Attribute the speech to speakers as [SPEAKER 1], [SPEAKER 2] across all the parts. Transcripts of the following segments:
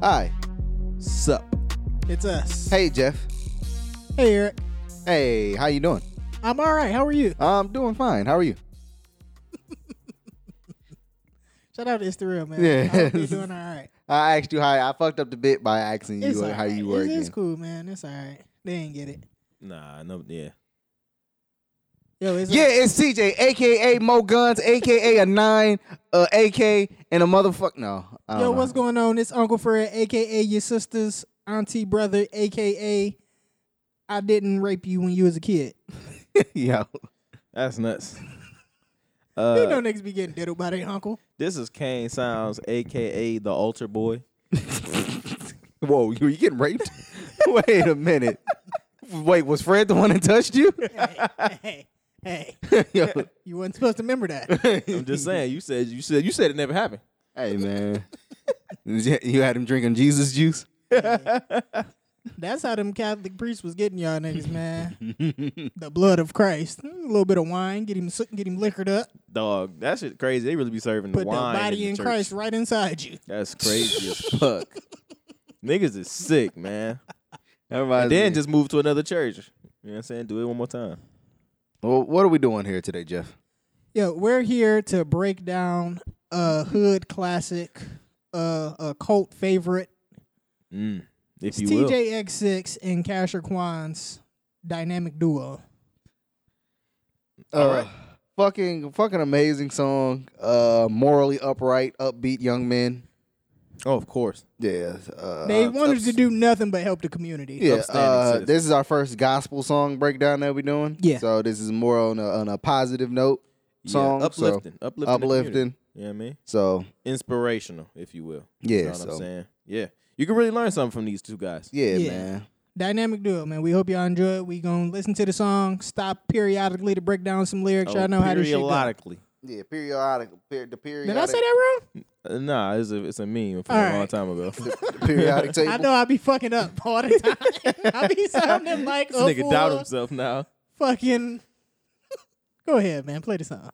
[SPEAKER 1] Hi. Sup.
[SPEAKER 2] It's us.
[SPEAKER 1] Hey, Jeff.
[SPEAKER 2] Hey, Eric.
[SPEAKER 1] Hey, how you doing?
[SPEAKER 2] I'm all right. How are you?
[SPEAKER 1] I'm doing fine. How are you?
[SPEAKER 2] Shout out to Instagram, man.
[SPEAKER 1] Yeah.
[SPEAKER 2] I hope you're doing all right.
[SPEAKER 1] I asked you how I fucked up the bit by asking you
[SPEAKER 2] It's all
[SPEAKER 1] how you
[SPEAKER 2] right.
[SPEAKER 1] were
[SPEAKER 2] It's, it's
[SPEAKER 1] again.
[SPEAKER 2] cool, man. It's all right. They ain't get it.
[SPEAKER 3] Nah, no, yeah.
[SPEAKER 2] Yo, it's
[SPEAKER 1] Yeah, it's CJ, aka Mo Guns, aka a nine, uh, AK, and a motherfucker. No. I don't
[SPEAKER 2] Yo,
[SPEAKER 1] know.
[SPEAKER 2] what's going on? It's Uncle Fred, aka your sister's auntie brother, aka I didn't rape you when you was a kid.
[SPEAKER 1] Yo.
[SPEAKER 3] That's nuts.
[SPEAKER 2] you know
[SPEAKER 3] Uh,
[SPEAKER 2] niggas be getting diddled by their uncle.
[SPEAKER 3] this is Kane Sounds, aka the Altar Boy.
[SPEAKER 1] Whoa, you, you getting raped? Wait a minute. Wait, was Fred the one that touched you?
[SPEAKER 2] hey, hey, hey.
[SPEAKER 1] Yo.
[SPEAKER 2] You wasn't supposed to remember that.
[SPEAKER 3] I'm just saying. You said you said you said it never happened.
[SPEAKER 1] Hey, man. You had him drinking Jesus juice?
[SPEAKER 2] That's how them Catholic priests was getting y'all niggas, man. the blood of Christ. Mm, A little bit of wine, get him get him liquored up.
[SPEAKER 3] Dog, that shit crazy. They really be serving
[SPEAKER 2] Put the
[SPEAKER 3] wine.
[SPEAKER 2] body
[SPEAKER 3] in,
[SPEAKER 2] in
[SPEAKER 3] the church.
[SPEAKER 2] Christ right inside you.
[SPEAKER 3] That's crazy as fuck. Niggas is sick, man.
[SPEAKER 1] Everybody.
[SPEAKER 3] And then just move to another church. You know what I'm saying? Do it one more time.
[SPEAKER 1] Well, what are we doing here today, Jeff?
[SPEAKER 2] Yeah, we're here to break down a hood classic, uh, a cult favorite,
[SPEAKER 3] Mm, if you will.
[SPEAKER 2] TJX6 and Casher Quan's dynamic duo.
[SPEAKER 1] All right. Uh, Fucking, fucking amazing song. Uh, morally upright, upbeat young men.
[SPEAKER 3] Oh, of course.
[SPEAKER 1] Yeah. Uh,
[SPEAKER 2] They
[SPEAKER 1] ups-
[SPEAKER 2] wanted to do nothing but help the community.
[SPEAKER 1] Yeah.
[SPEAKER 3] upstanding
[SPEAKER 1] Uh,
[SPEAKER 3] citizens.
[SPEAKER 1] this is our first gospel song breakdown that we're doing.
[SPEAKER 2] Yeah.
[SPEAKER 1] So this is more on a, on a positive note.
[SPEAKER 3] Yeah,
[SPEAKER 1] Song, so-
[SPEAKER 3] uplifting, uplifting, the community.
[SPEAKER 1] uplifting.
[SPEAKER 3] You know what I mean?
[SPEAKER 1] So
[SPEAKER 3] Inspirational, if you will.
[SPEAKER 1] yeah.
[SPEAKER 3] You know what
[SPEAKER 1] so
[SPEAKER 3] I'm saying? Yeah. You can really learn something from these two guys.
[SPEAKER 1] yeah,
[SPEAKER 2] Yeah.
[SPEAKER 1] man.
[SPEAKER 2] Dynamic duo, man. We hope y'all enjoy it. We gonna listen to the song, stop periodically to break down some lyrics. y'all
[SPEAKER 3] Oh,
[SPEAKER 2] know how this shit go.
[SPEAKER 3] periodically.
[SPEAKER 1] Yeah. Periodic. Per, the periodic.
[SPEAKER 2] Did I say that wrong?
[SPEAKER 3] Uh, Nah, it's a it's a meme from
[SPEAKER 2] All
[SPEAKER 3] a
[SPEAKER 2] right.
[SPEAKER 3] long time ago. this
[SPEAKER 1] the periodic table.
[SPEAKER 2] I know I be fucking up all the time. I be sounding like a
[SPEAKER 3] nigga
[SPEAKER 2] fool.
[SPEAKER 3] doubt himself now.
[SPEAKER 2] fucking. Go ahead, man. Play the song.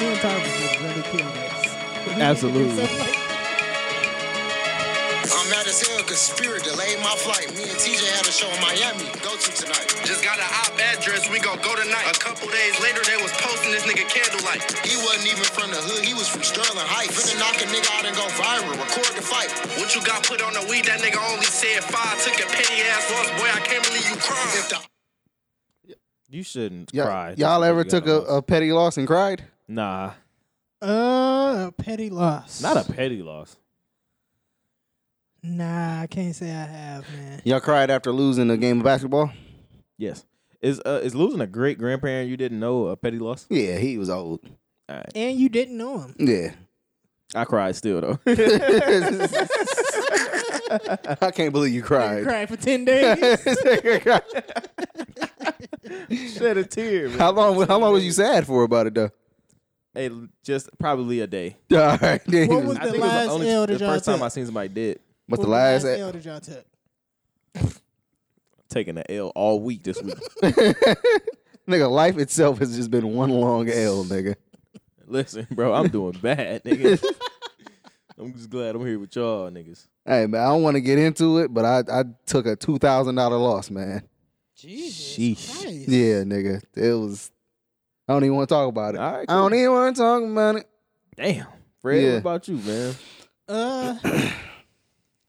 [SPEAKER 2] Me and Tarvis would really kill this.
[SPEAKER 3] Absolutely.
[SPEAKER 2] Something like that.
[SPEAKER 4] I'm mad as hell because Spirit delayed my flight. Me and TJ had a show in Miami. Go to tonight.
[SPEAKER 5] Just got an op address, we gon' go tonight. A couple days later, they was posting this nigga candlelight.
[SPEAKER 4] He wasn't even from the hood. He was from Sterling Heights. Finna knock a nigga out and go viral. Record the fight.
[SPEAKER 5] What you got put on the weed? That nigga only said five. Took a penny ass loss, boy. I can't believe you crying.
[SPEAKER 4] If the
[SPEAKER 3] You shouldn't
[SPEAKER 1] Y'all-
[SPEAKER 3] cry.
[SPEAKER 1] y'all
[SPEAKER 3] That's
[SPEAKER 1] ever
[SPEAKER 3] what you
[SPEAKER 1] took a,
[SPEAKER 3] got on us.
[SPEAKER 1] a petty loss and cried?
[SPEAKER 3] Nah,
[SPEAKER 2] Uh, a petty loss.
[SPEAKER 3] not a petty loss.
[SPEAKER 2] Nah, I can't say I have, man.
[SPEAKER 1] Y'all cried after losing a game of basketball?
[SPEAKER 3] Yes, is uh is losing a great grandparent you didn't know a petty loss?
[SPEAKER 1] Yeah, he was old.
[SPEAKER 3] All right,
[SPEAKER 2] And you didn't know him.
[SPEAKER 1] Yeah.
[SPEAKER 3] I cried still though.
[SPEAKER 1] I can't believe you
[SPEAKER 2] You
[SPEAKER 1] cried.
[SPEAKER 2] cried for ten days.
[SPEAKER 3] Shed a tear. Man.
[SPEAKER 1] how long? How long was you sad for about it though?
[SPEAKER 3] Hey, just probably a day.
[SPEAKER 1] All right. then he
[SPEAKER 2] What
[SPEAKER 1] was-
[SPEAKER 2] was
[SPEAKER 3] I
[SPEAKER 2] The
[SPEAKER 3] think it was
[SPEAKER 2] last
[SPEAKER 3] the, only,
[SPEAKER 2] L that
[SPEAKER 3] the
[SPEAKER 2] y'all
[SPEAKER 3] first time
[SPEAKER 2] took.
[SPEAKER 3] I seen somebody did
[SPEAKER 1] what's the last?
[SPEAKER 2] What L did y'all took?
[SPEAKER 3] taking an L all week this week.
[SPEAKER 1] nigga, life itself has just been one long L, nigga.
[SPEAKER 3] Listen, bro, I'm doing bad, nigga. I'm just glad I'm here with y'all, niggas.
[SPEAKER 1] Hey man, I don't want to get into it, but I, I took a two thousand dollar loss, man.
[SPEAKER 2] Jesus
[SPEAKER 3] Sheesh.
[SPEAKER 2] Christ.
[SPEAKER 1] Yeah, nigga, it was. I don't even want to talk about it.
[SPEAKER 3] All right,
[SPEAKER 1] I don't
[SPEAKER 3] cool.
[SPEAKER 1] even want to talk about it.
[SPEAKER 3] Damn, Fred,
[SPEAKER 1] Yeah.
[SPEAKER 3] what about you, man?
[SPEAKER 2] Uh,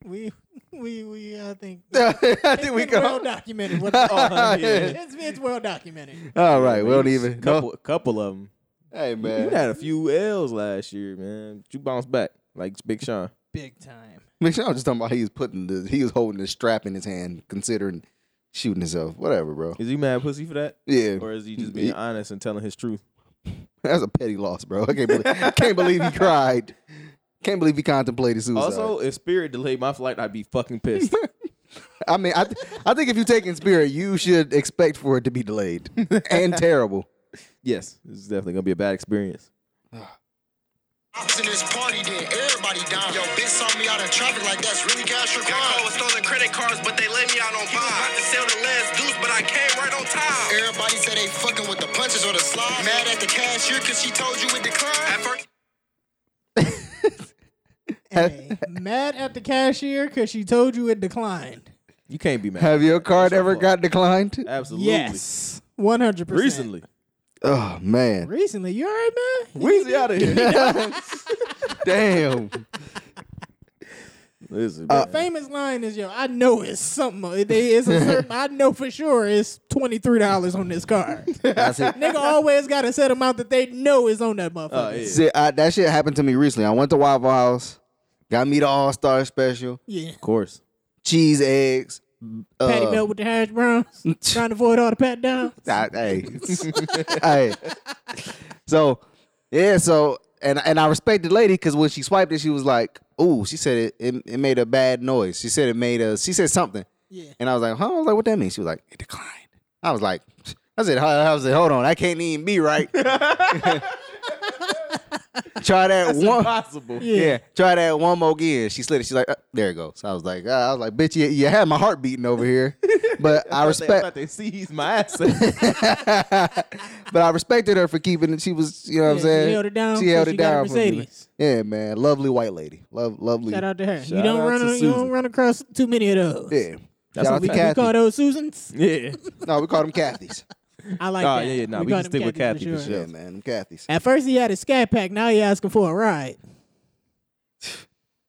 [SPEAKER 2] we we we I think
[SPEAKER 1] I think
[SPEAKER 2] it's
[SPEAKER 1] we
[SPEAKER 2] been well
[SPEAKER 1] go.
[SPEAKER 2] documented. What the fuck?
[SPEAKER 3] yeah.
[SPEAKER 2] it's, it's well documented.
[SPEAKER 1] All right, we don't even.
[SPEAKER 3] couple,
[SPEAKER 1] No.
[SPEAKER 3] couple of them.
[SPEAKER 1] Hey
[SPEAKER 3] You
[SPEAKER 1] man,
[SPEAKER 3] had a few L's last year, man. You bounced back like Big Sean.
[SPEAKER 2] Big time.
[SPEAKER 1] Make sure I was just talking about he was putting the he was holding the strap in his hand, considering shooting himself. Whatever, bro.
[SPEAKER 3] Is he mad pussy for that?
[SPEAKER 1] Yeah,
[SPEAKER 3] Or is he just being honest and telling his truth?
[SPEAKER 1] that's a petty loss, bro. I can't believe, can't believe he cried. Can't believe he contemplated suicide.
[SPEAKER 3] Also, if Spirit delayed my flight, I'd be fucking pissed.
[SPEAKER 1] I mean, I, th- I think if you take in spirit, you should expect for it to be delayed and terrible.
[SPEAKER 3] yes, this is definitely gonna be a bad experience.
[SPEAKER 4] I was in this party, then everybody down. Yo, bitch saw me out of traffic like that's really cash or
[SPEAKER 5] Got caught
[SPEAKER 4] crime.
[SPEAKER 5] with stolen credit cards, but they let me out on bond. About to sell the last deuce, but I came right on time.
[SPEAKER 4] Everybody said they fucking with the punches or the slide. Mad at the cashier cause she told you it
[SPEAKER 5] At
[SPEAKER 4] declined.
[SPEAKER 5] first,
[SPEAKER 2] A. Mad at the cashier because she told you it declined.
[SPEAKER 3] You can't be mad.
[SPEAKER 1] Have your card
[SPEAKER 3] That's your
[SPEAKER 1] ever
[SPEAKER 3] fault.
[SPEAKER 1] got declined?
[SPEAKER 3] Absolutely.
[SPEAKER 2] Yes. 100%.
[SPEAKER 3] Recently.
[SPEAKER 1] Oh man,
[SPEAKER 2] Recently. You all right, man?
[SPEAKER 3] Weezy out of here.
[SPEAKER 1] damn.
[SPEAKER 3] Listen,
[SPEAKER 1] Uh,
[SPEAKER 3] man.
[SPEAKER 2] Famous line is, yo, I know it's something. It, it's a certain, I know for sure it's $23 on this card.
[SPEAKER 1] That's it.
[SPEAKER 2] Nigga always got a set amount that they know is on that motherfucker.
[SPEAKER 3] Oh, yeah.
[SPEAKER 1] See, I, that shit happened to me recently. I went to Waffle House, got me the All Star Special,
[SPEAKER 2] yeah.
[SPEAKER 3] Of course.
[SPEAKER 1] cheese eggs. Uh,
[SPEAKER 2] Patty melt with the hash browns, trying to avoid all the pat downs.
[SPEAKER 1] I- hey, hey. So yeah, so and and I respect the lady because when she swiped it, she was like, "Ooh," she said it, it. It made a bad noise. She said it made a. She said something.
[SPEAKER 2] Yeah.
[SPEAKER 1] And I was like, huh? I was like, what that mean? She was like, it declined. I was like, I said, I was like, hold on, that can't even be right. try that one.
[SPEAKER 3] Impossible.
[SPEAKER 1] Yeah. try that one more again. She slid it. She's like, uh, there it goes. So I was like, uh, I was like, bitch, you, you had my heart beating over here, but I
[SPEAKER 3] They, I
[SPEAKER 1] respect,
[SPEAKER 3] thought they seized my asset.
[SPEAKER 1] but I respected her for keeping it. She was, you know what I'm
[SPEAKER 2] Yeah, she
[SPEAKER 1] saying?
[SPEAKER 2] held it down
[SPEAKER 1] She
[SPEAKER 2] till
[SPEAKER 1] held
[SPEAKER 2] she
[SPEAKER 1] it
[SPEAKER 2] got her
[SPEAKER 1] down for me.
[SPEAKER 2] Mercedes.
[SPEAKER 1] Yeah, man, lovely white lady, love, lovely.
[SPEAKER 2] Shout out to her. you
[SPEAKER 3] Shout
[SPEAKER 2] don't
[SPEAKER 3] out
[SPEAKER 2] run
[SPEAKER 3] to
[SPEAKER 2] on, you don't
[SPEAKER 3] Susan.
[SPEAKER 2] run across too many of those.
[SPEAKER 1] Yeah, shout out
[SPEAKER 3] That's what
[SPEAKER 1] to
[SPEAKER 3] we- we
[SPEAKER 2] We
[SPEAKER 1] Kathy.
[SPEAKER 2] call those Susans.
[SPEAKER 3] yeah.
[SPEAKER 1] no, we call them Kathys.
[SPEAKER 2] I like
[SPEAKER 3] Nah,
[SPEAKER 2] that.
[SPEAKER 3] yeah, yeah, nah, we
[SPEAKER 2] call
[SPEAKER 3] can
[SPEAKER 2] them
[SPEAKER 3] stick with
[SPEAKER 2] Kathy
[SPEAKER 3] Kathy for
[SPEAKER 1] yeah, man, them Kathys.
[SPEAKER 2] At first he had a scat pack, now he asking for a ride.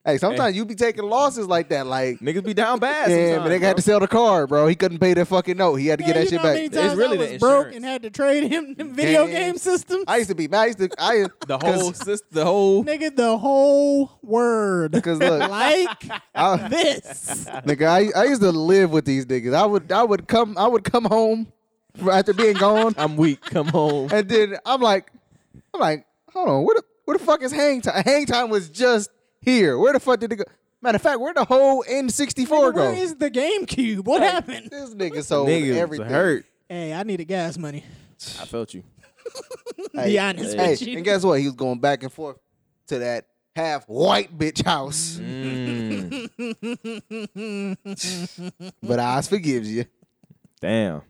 [SPEAKER 1] Hey, sometimes you be taking losses like that, like.
[SPEAKER 3] Niggas be down bad.
[SPEAKER 1] Yeah,
[SPEAKER 3] sometimes,
[SPEAKER 1] but they got
[SPEAKER 3] bro.
[SPEAKER 1] to sell the car, bro. He couldn't pay that fucking note. He had to
[SPEAKER 2] Man,
[SPEAKER 1] get that
[SPEAKER 2] you
[SPEAKER 1] shit
[SPEAKER 2] know how many
[SPEAKER 1] back.
[SPEAKER 2] times
[SPEAKER 3] really
[SPEAKER 2] I
[SPEAKER 3] the
[SPEAKER 2] was broke
[SPEAKER 3] insurance.
[SPEAKER 2] and had to trade him them video
[SPEAKER 1] Damn.
[SPEAKER 2] game systems.
[SPEAKER 1] I used to be mad. I used to, I,
[SPEAKER 3] the whole system, the whole
[SPEAKER 2] Nigga, the whole word.
[SPEAKER 1] 'Cause look-
[SPEAKER 2] like
[SPEAKER 1] I-
[SPEAKER 2] this.
[SPEAKER 1] nigga, I, I used to live with these niggas. I would, I would come, I would come home after being gone,
[SPEAKER 3] I'm weak. Come home.
[SPEAKER 1] and then I'm like, I'm like, hold on, where the, where the fuck is hang time? Hang time was just here. Where the fuck did it go? Matter of fact, where the whole N64 go?
[SPEAKER 2] Where is the GameCube? What happened?
[SPEAKER 1] this nigga sold
[SPEAKER 3] Niggas
[SPEAKER 1] everything.
[SPEAKER 3] hurt.
[SPEAKER 2] Hey, I needed gas money.
[SPEAKER 3] I felt you.
[SPEAKER 2] be honest
[SPEAKER 1] hey,
[SPEAKER 2] with you.
[SPEAKER 1] and guess what? He was going back and forth to that half white bitch house.
[SPEAKER 3] Mm.
[SPEAKER 1] but eyes forgives you.
[SPEAKER 3] Damn.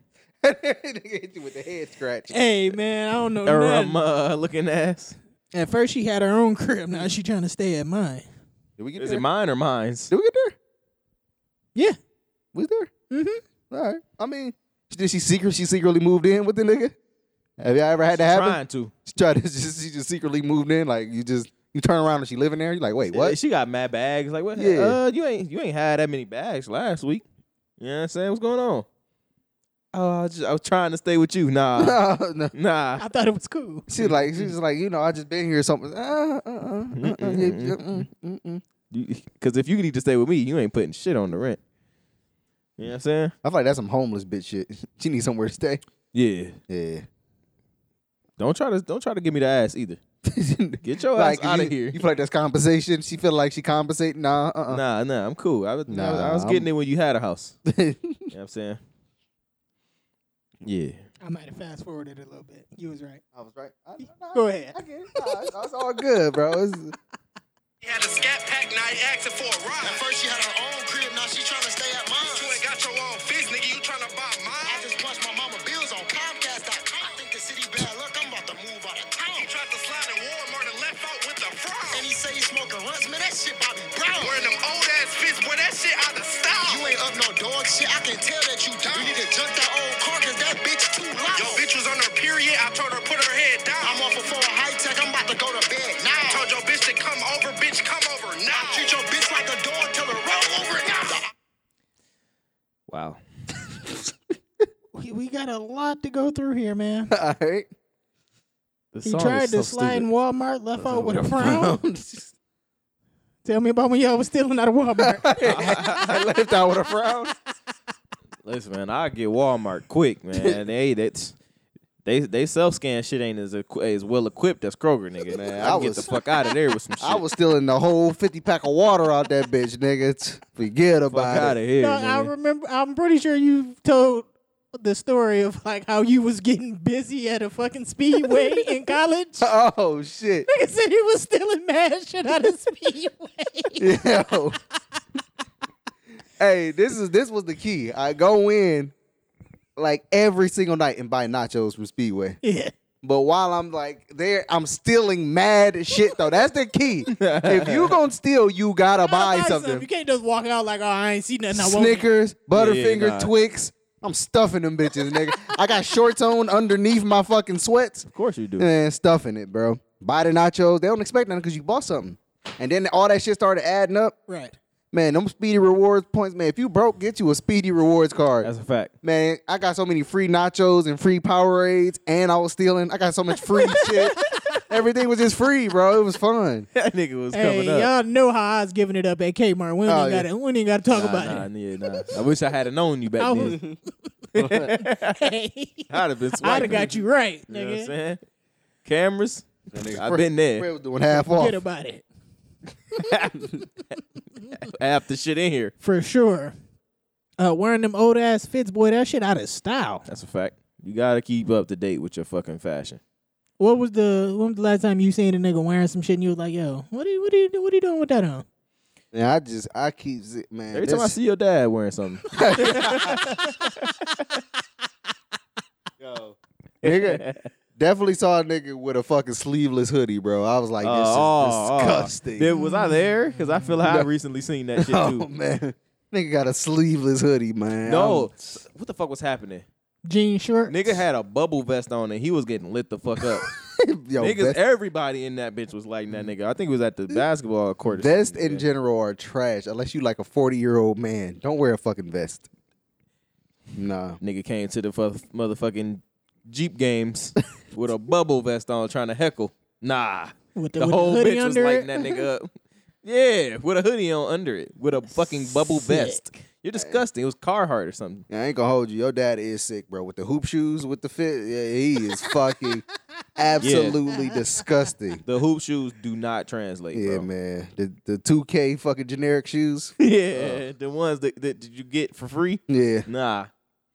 [SPEAKER 1] Nigga hit you with the head scratch.
[SPEAKER 2] Hey man, I don't know.
[SPEAKER 3] Or
[SPEAKER 2] nothing.
[SPEAKER 3] I'm uh, looking ass.
[SPEAKER 2] At first she had her own crib, now she trying to stay at mine.
[SPEAKER 1] Did we get
[SPEAKER 3] Is
[SPEAKER 1] there?
[SPEAKER 3] it mine or mine's?
[SPEAKER 1] Did we get there?
[SPEAKER 2] Yeah.
[SPEAKER 1] We there? Mm-hmm. All right. I mean, did she secret? She secretly moved in with the nigga. Have y'all ever had that happen?
[SPEAKER 3] Trying to.
[SPEAKER 1] She tried to. She just secretly moved in. Like you just you turn around and she living there. You're like, wait,
[SPEAKER 3] Yeah,
[SPEAKER 1] what?
[SPEAKER 3] She got mad bags. Like what?
[SPEAKER 1] Yeah.
[SPEAKER 3] Uh, you ain't you ain't had that many bags last week. You know what I'm saying? What's going on? Oh, I was, just, I was trying to stay with you. Nah,
[SPEAKER 1] no.
[SPEAKER 3] nah.
[SPEAKER 2] I thought it was cool.
[SPEAKER 1] She like she's just like you know I just been here or something. Uh, uh, uh, uh, uh, yeah, yeah, mm, mm, mm.
[SPEAKER 3] Because if you need to stay with me, you ain't putting shit on the rent. You know what I'm saying?
[SPEAKER 1] I feel like that's some homeless bitch shit. She needs somewhere to stay.
[SPEAKER 3] Yeah.
[SPEAKER 1] Yeah.
[SPEAKER 3] Don't try to don't try to give me the ass either. Get your ass out
[SPEAKER 1] you,
[SPEAKER 3] of here.
[SPEAKER 1] You feel like that's compensation? She feel like she compensating? Nah. Uh. uh
[SPEAKER 3] Nah, nah, I'm cool. I was, I was, I was
[SPEAKER 1] Nah,
[SPEAKER 3] getting
[SPEAKER 1] I'm-
[SPEAKER 3] it when you had a house. you know what I'm saying? Yeah.
[SPEAKER 2] I might have fast forwarded a little bit. You was right.
[SPEAKER 1] I was right. I,
[SPEAKER 2] Go ahead.
[SPEAKER 1] I get it. Nah, it's, it's all good, bro. It's,
[SPEAKER 5] he had a scat pack, now he asking for a
[SPEAKER 4] At
[SPEAKER 5] ride.
[SPEAKER 4] first she had her own crib, now she tryna stay at
[SPEAKER 5] You
[SPEAKER 4] mine.
[SPEAKER 5] ain't got your own fix, nigga. You tryna buy
[SPEAKER 4] I
[SPEAKER 5] mine?
[SPEAKER 4] just punched my mama bills on Comcast.com. I think the city bad luck, I'm about to move out of town.
[SPEAKER 5] He tried to slide in Walmart and left out with the
[SPEAKER 4] And
[SPEAKER 5] fry.
[SPEAKER 4] he say he smoking runs, man, that shit Bobby Brown.
[SPEAKER 5] Wearing them old ass fits, boy, that shit out of style.
[SPEAKER 4] You ain't up no dog shit, I can tell that you down. You need to junk that old car, cause that bitch too loud.
[SPEAKER 5] Yo, bitch was on her period. I told her put her head down.
[SPEAKER 4] I'm off a for a high tech, I'm about to go to bed
[SPEAKER 5] I
[SPEAKER 4] now.
[SPEAKER 5] told your bitch to come over, bitch, come over now.
[SPEAKER 4] Treat your bitch like a dog, tell her roll over now.
[SPEAKER 3] Wow.
[SPEAKER 2] We, we got a lot to go through here, man.
[SPEAKER 1] all right.
[SPEAKER 3] This
[SPEAKER 2] He
[SPEAKER 3] song
[SPEAKER 2] tried
[SPEAKER 3] is
[SPEAKER 2] to
[SPEAKER 3] so
[SPEAKER 2] slide in
[SPEAKER 3] stupid.
[SPEAKER 2] Walmart, left out with a frown. Tell me about when y'all was stealing out of Walmart.
[SPEAKER 1] I left out with a frown.
[SPEAKER 3] Listen, man, I get Walmart quick, man. they that's they they self scan shit ain't as equi- as well equipped as Kroger, nigga. Man, I,
[SPEAKER 1] I
[SPEAKER 3] can get
[SPEAKER 1] was-
[SPEAKER 3] the fuck out of there with some shit.
[SPEAKER 1] I was stealing the whole fifty pack of water out that bitch, nigga. Forget
[SPEAKER 3] fuck out
[SPEAKER 1] about
[SPEAKER 3] of
[SPEAKER 1] it.
[SPEAKER 3] here.
[SPEAKER 2] No, I
[SPEAKER 3] nigga.
[SPEAKER 2] remember. I'm pretty sure you told the story of like how you was getting busy at a fucking speedway in college.
[SPEAKER 1] Oh shit.
[SPEAKER 2] Nigga said he was stealing mad shit out of speedway.
[SPEAKER 1] Yo. hey, this is this was the key. I go in like every single night and buy nachos from Speedway.
[SPEAKER 2] yeah.
[SPEAKER 1] But while I'm like there, I'm stealing mad shit though. That's the key. if you gonna steal, you gotta buy, something.
[SPEAKER 2] You can't just walk out like, oh, I ain't seen nothing. I won't.
[SPEAKER 1] Snickers, Butterfinger,
[SPEAKER 3] nah.
[SPEAKER 1] Twix. I'm stuffing them bitches, nigga. I got shorts on underneath my fucking sweats
[SPEAKER 3] Of course you do.
[SPEAKER 1] and stuffing it, bro. Buy the nachos. They don't expect nothing because you bought something. And then all that shit started adding up.
[SPEAKER 2] Right.
[SPEAKER 1] Man, them speedy rewards points, man. If you broke, get you a speedy rewards card.
[SPEAKER 3] That's a fact.
[SPEAKER 1] man, I got so many free nachos and free Powerades, and I was stealing. I got so much free shit. Everything was just free, bro. It was fun.
[SPEAKER 3] That nigga was
[SPEAKER 2] Hey,
[SPEAKER 3] coming up.
[SPEAKER 2] y'all know how I was giving it up at Kmart. We don't
[SPEAKER 1] Oh,
[SPEAKER 2] even
[SPEAKER 1] yeah.
[SPEAKER 2] gotta, we don't even gotta talk
[SPEAKER 3] Nah,
[SPEAKER 2] about
[SPEAKER 3] nah,
[SPEAKER 2] it.
[SPEAKER 3] yeah, nah. I wish I had known you back
[SPEAKER 2] I was-
[SPEAKER 3] then.
[SPEAKER 2] Hey,
[SPEAKER 3] I'd have been swiping.
[SPEAKER 2] I'd have got you right,
[SPEAKER 3] You know what I'm
[SPEAKER 2] nigga.
[SPEAKER 3] saying? Cameras. I've been
[SPEAKER 1] Fred
[SPEAKER 3] there.
[SPEAKER 1] was doing half off.
[SPEAKER 2] Forget about it.
[SPEAKER 3] Half the shit in here.
[SPEAKER 2] For sure. Uh, wearing them old ass fits, boy, that shit out of style.
[SPEAKER 3] That's a fact. You gotta keep up to date with your fucking fashion.
[SPEAKER 2] What was the when was the last time you seen a nigga wearing some shit and you was like, yo, what are you what are you do- what are you doing with that on?
[SPEAKER 1] Yeah, I just I keep zi- man.
[SPEAKER 3] Every time I
[SPEAKER 1] this-
[SPEAKER 3] see your dad wearing something,
[SPEAKER 1] nigga, definitely saw a nigga with a fucking sleeveless hoodie, bro. I was like, this
[SPEAKER 3] Oh, oh, oh.
[SPEAKER 1] is disgusting.
[SPEAKER 3] Then was I there? Because I feel like I
[SPEAKER 1] No.
[SPEAKER 3] recently seen that shit
[SPEAKER 1] oh
[SPEAKER 3] too.
[SPEAKER 1] man, nigga got a sleeveless hoodie, man.
[SPEAKER 3] No, what the fuck was happening?
[SPEAKER 2] Jean shorts.
[SPEAKER 3] Nigga had a bubble vest on and he was getting lit the fuck up.
[SPEAKER 1] I'm- yo,
[SPEAKER 3] Niggas,
[SPEAKER 1] vest,
[SPEAKER 3] everybody in that bitch was like that nigga. I think it was at the basketball court. or
[SPEAKER 1] vest
[SPEAKER 3] something,
[SPEAKER 1] in
[SPEAKER 3] yeah.
[SPEAKER 1] general are trash unless you like a forty year old man. Don't wear a fucking vest. Nah,
[SPEAKER 3] Nigga came to the fu- motherfucking Jeep games with a bubble vest on trying to heckle. Nah.
[SPEAKER 2] With the-
[SPEAKER 3] the,
[SPEAKER 2] with the
[SPEAKER 3] whole
[SPEAKER 2] hoodie
[SPEAKER 3] bitch was
[SPEAKER 2] under
[SPEAKER 3] lighting
[SPEAKER 2] it?
[SPEAKER 3] that nigga up. Yeah, with a hoodie on under it, with a fucking bubble vest. You're disgusting. It was Carhartt or something.
[SPEAKER 1] I ain't gonna hold you. Your dad is sick, bro. With the hoop shoes, with the fit, yeah, he is fucking absolutely disgusting.
[SPEAKER 3] The hoop shoes do not translate.
[SPEAKER 1] Yeah,
[SPEAKER 3] bro.
[SPEAKER 1] man. The the two K fucking generic shoes.
[SPEAKER 3] Yeah,
[SPEAKER 1] Oh.
[SPEAKER 3] the ones that, that did you get for free?
[SPEAKER 1] Yeah,
[SPEAKER 3] Nah,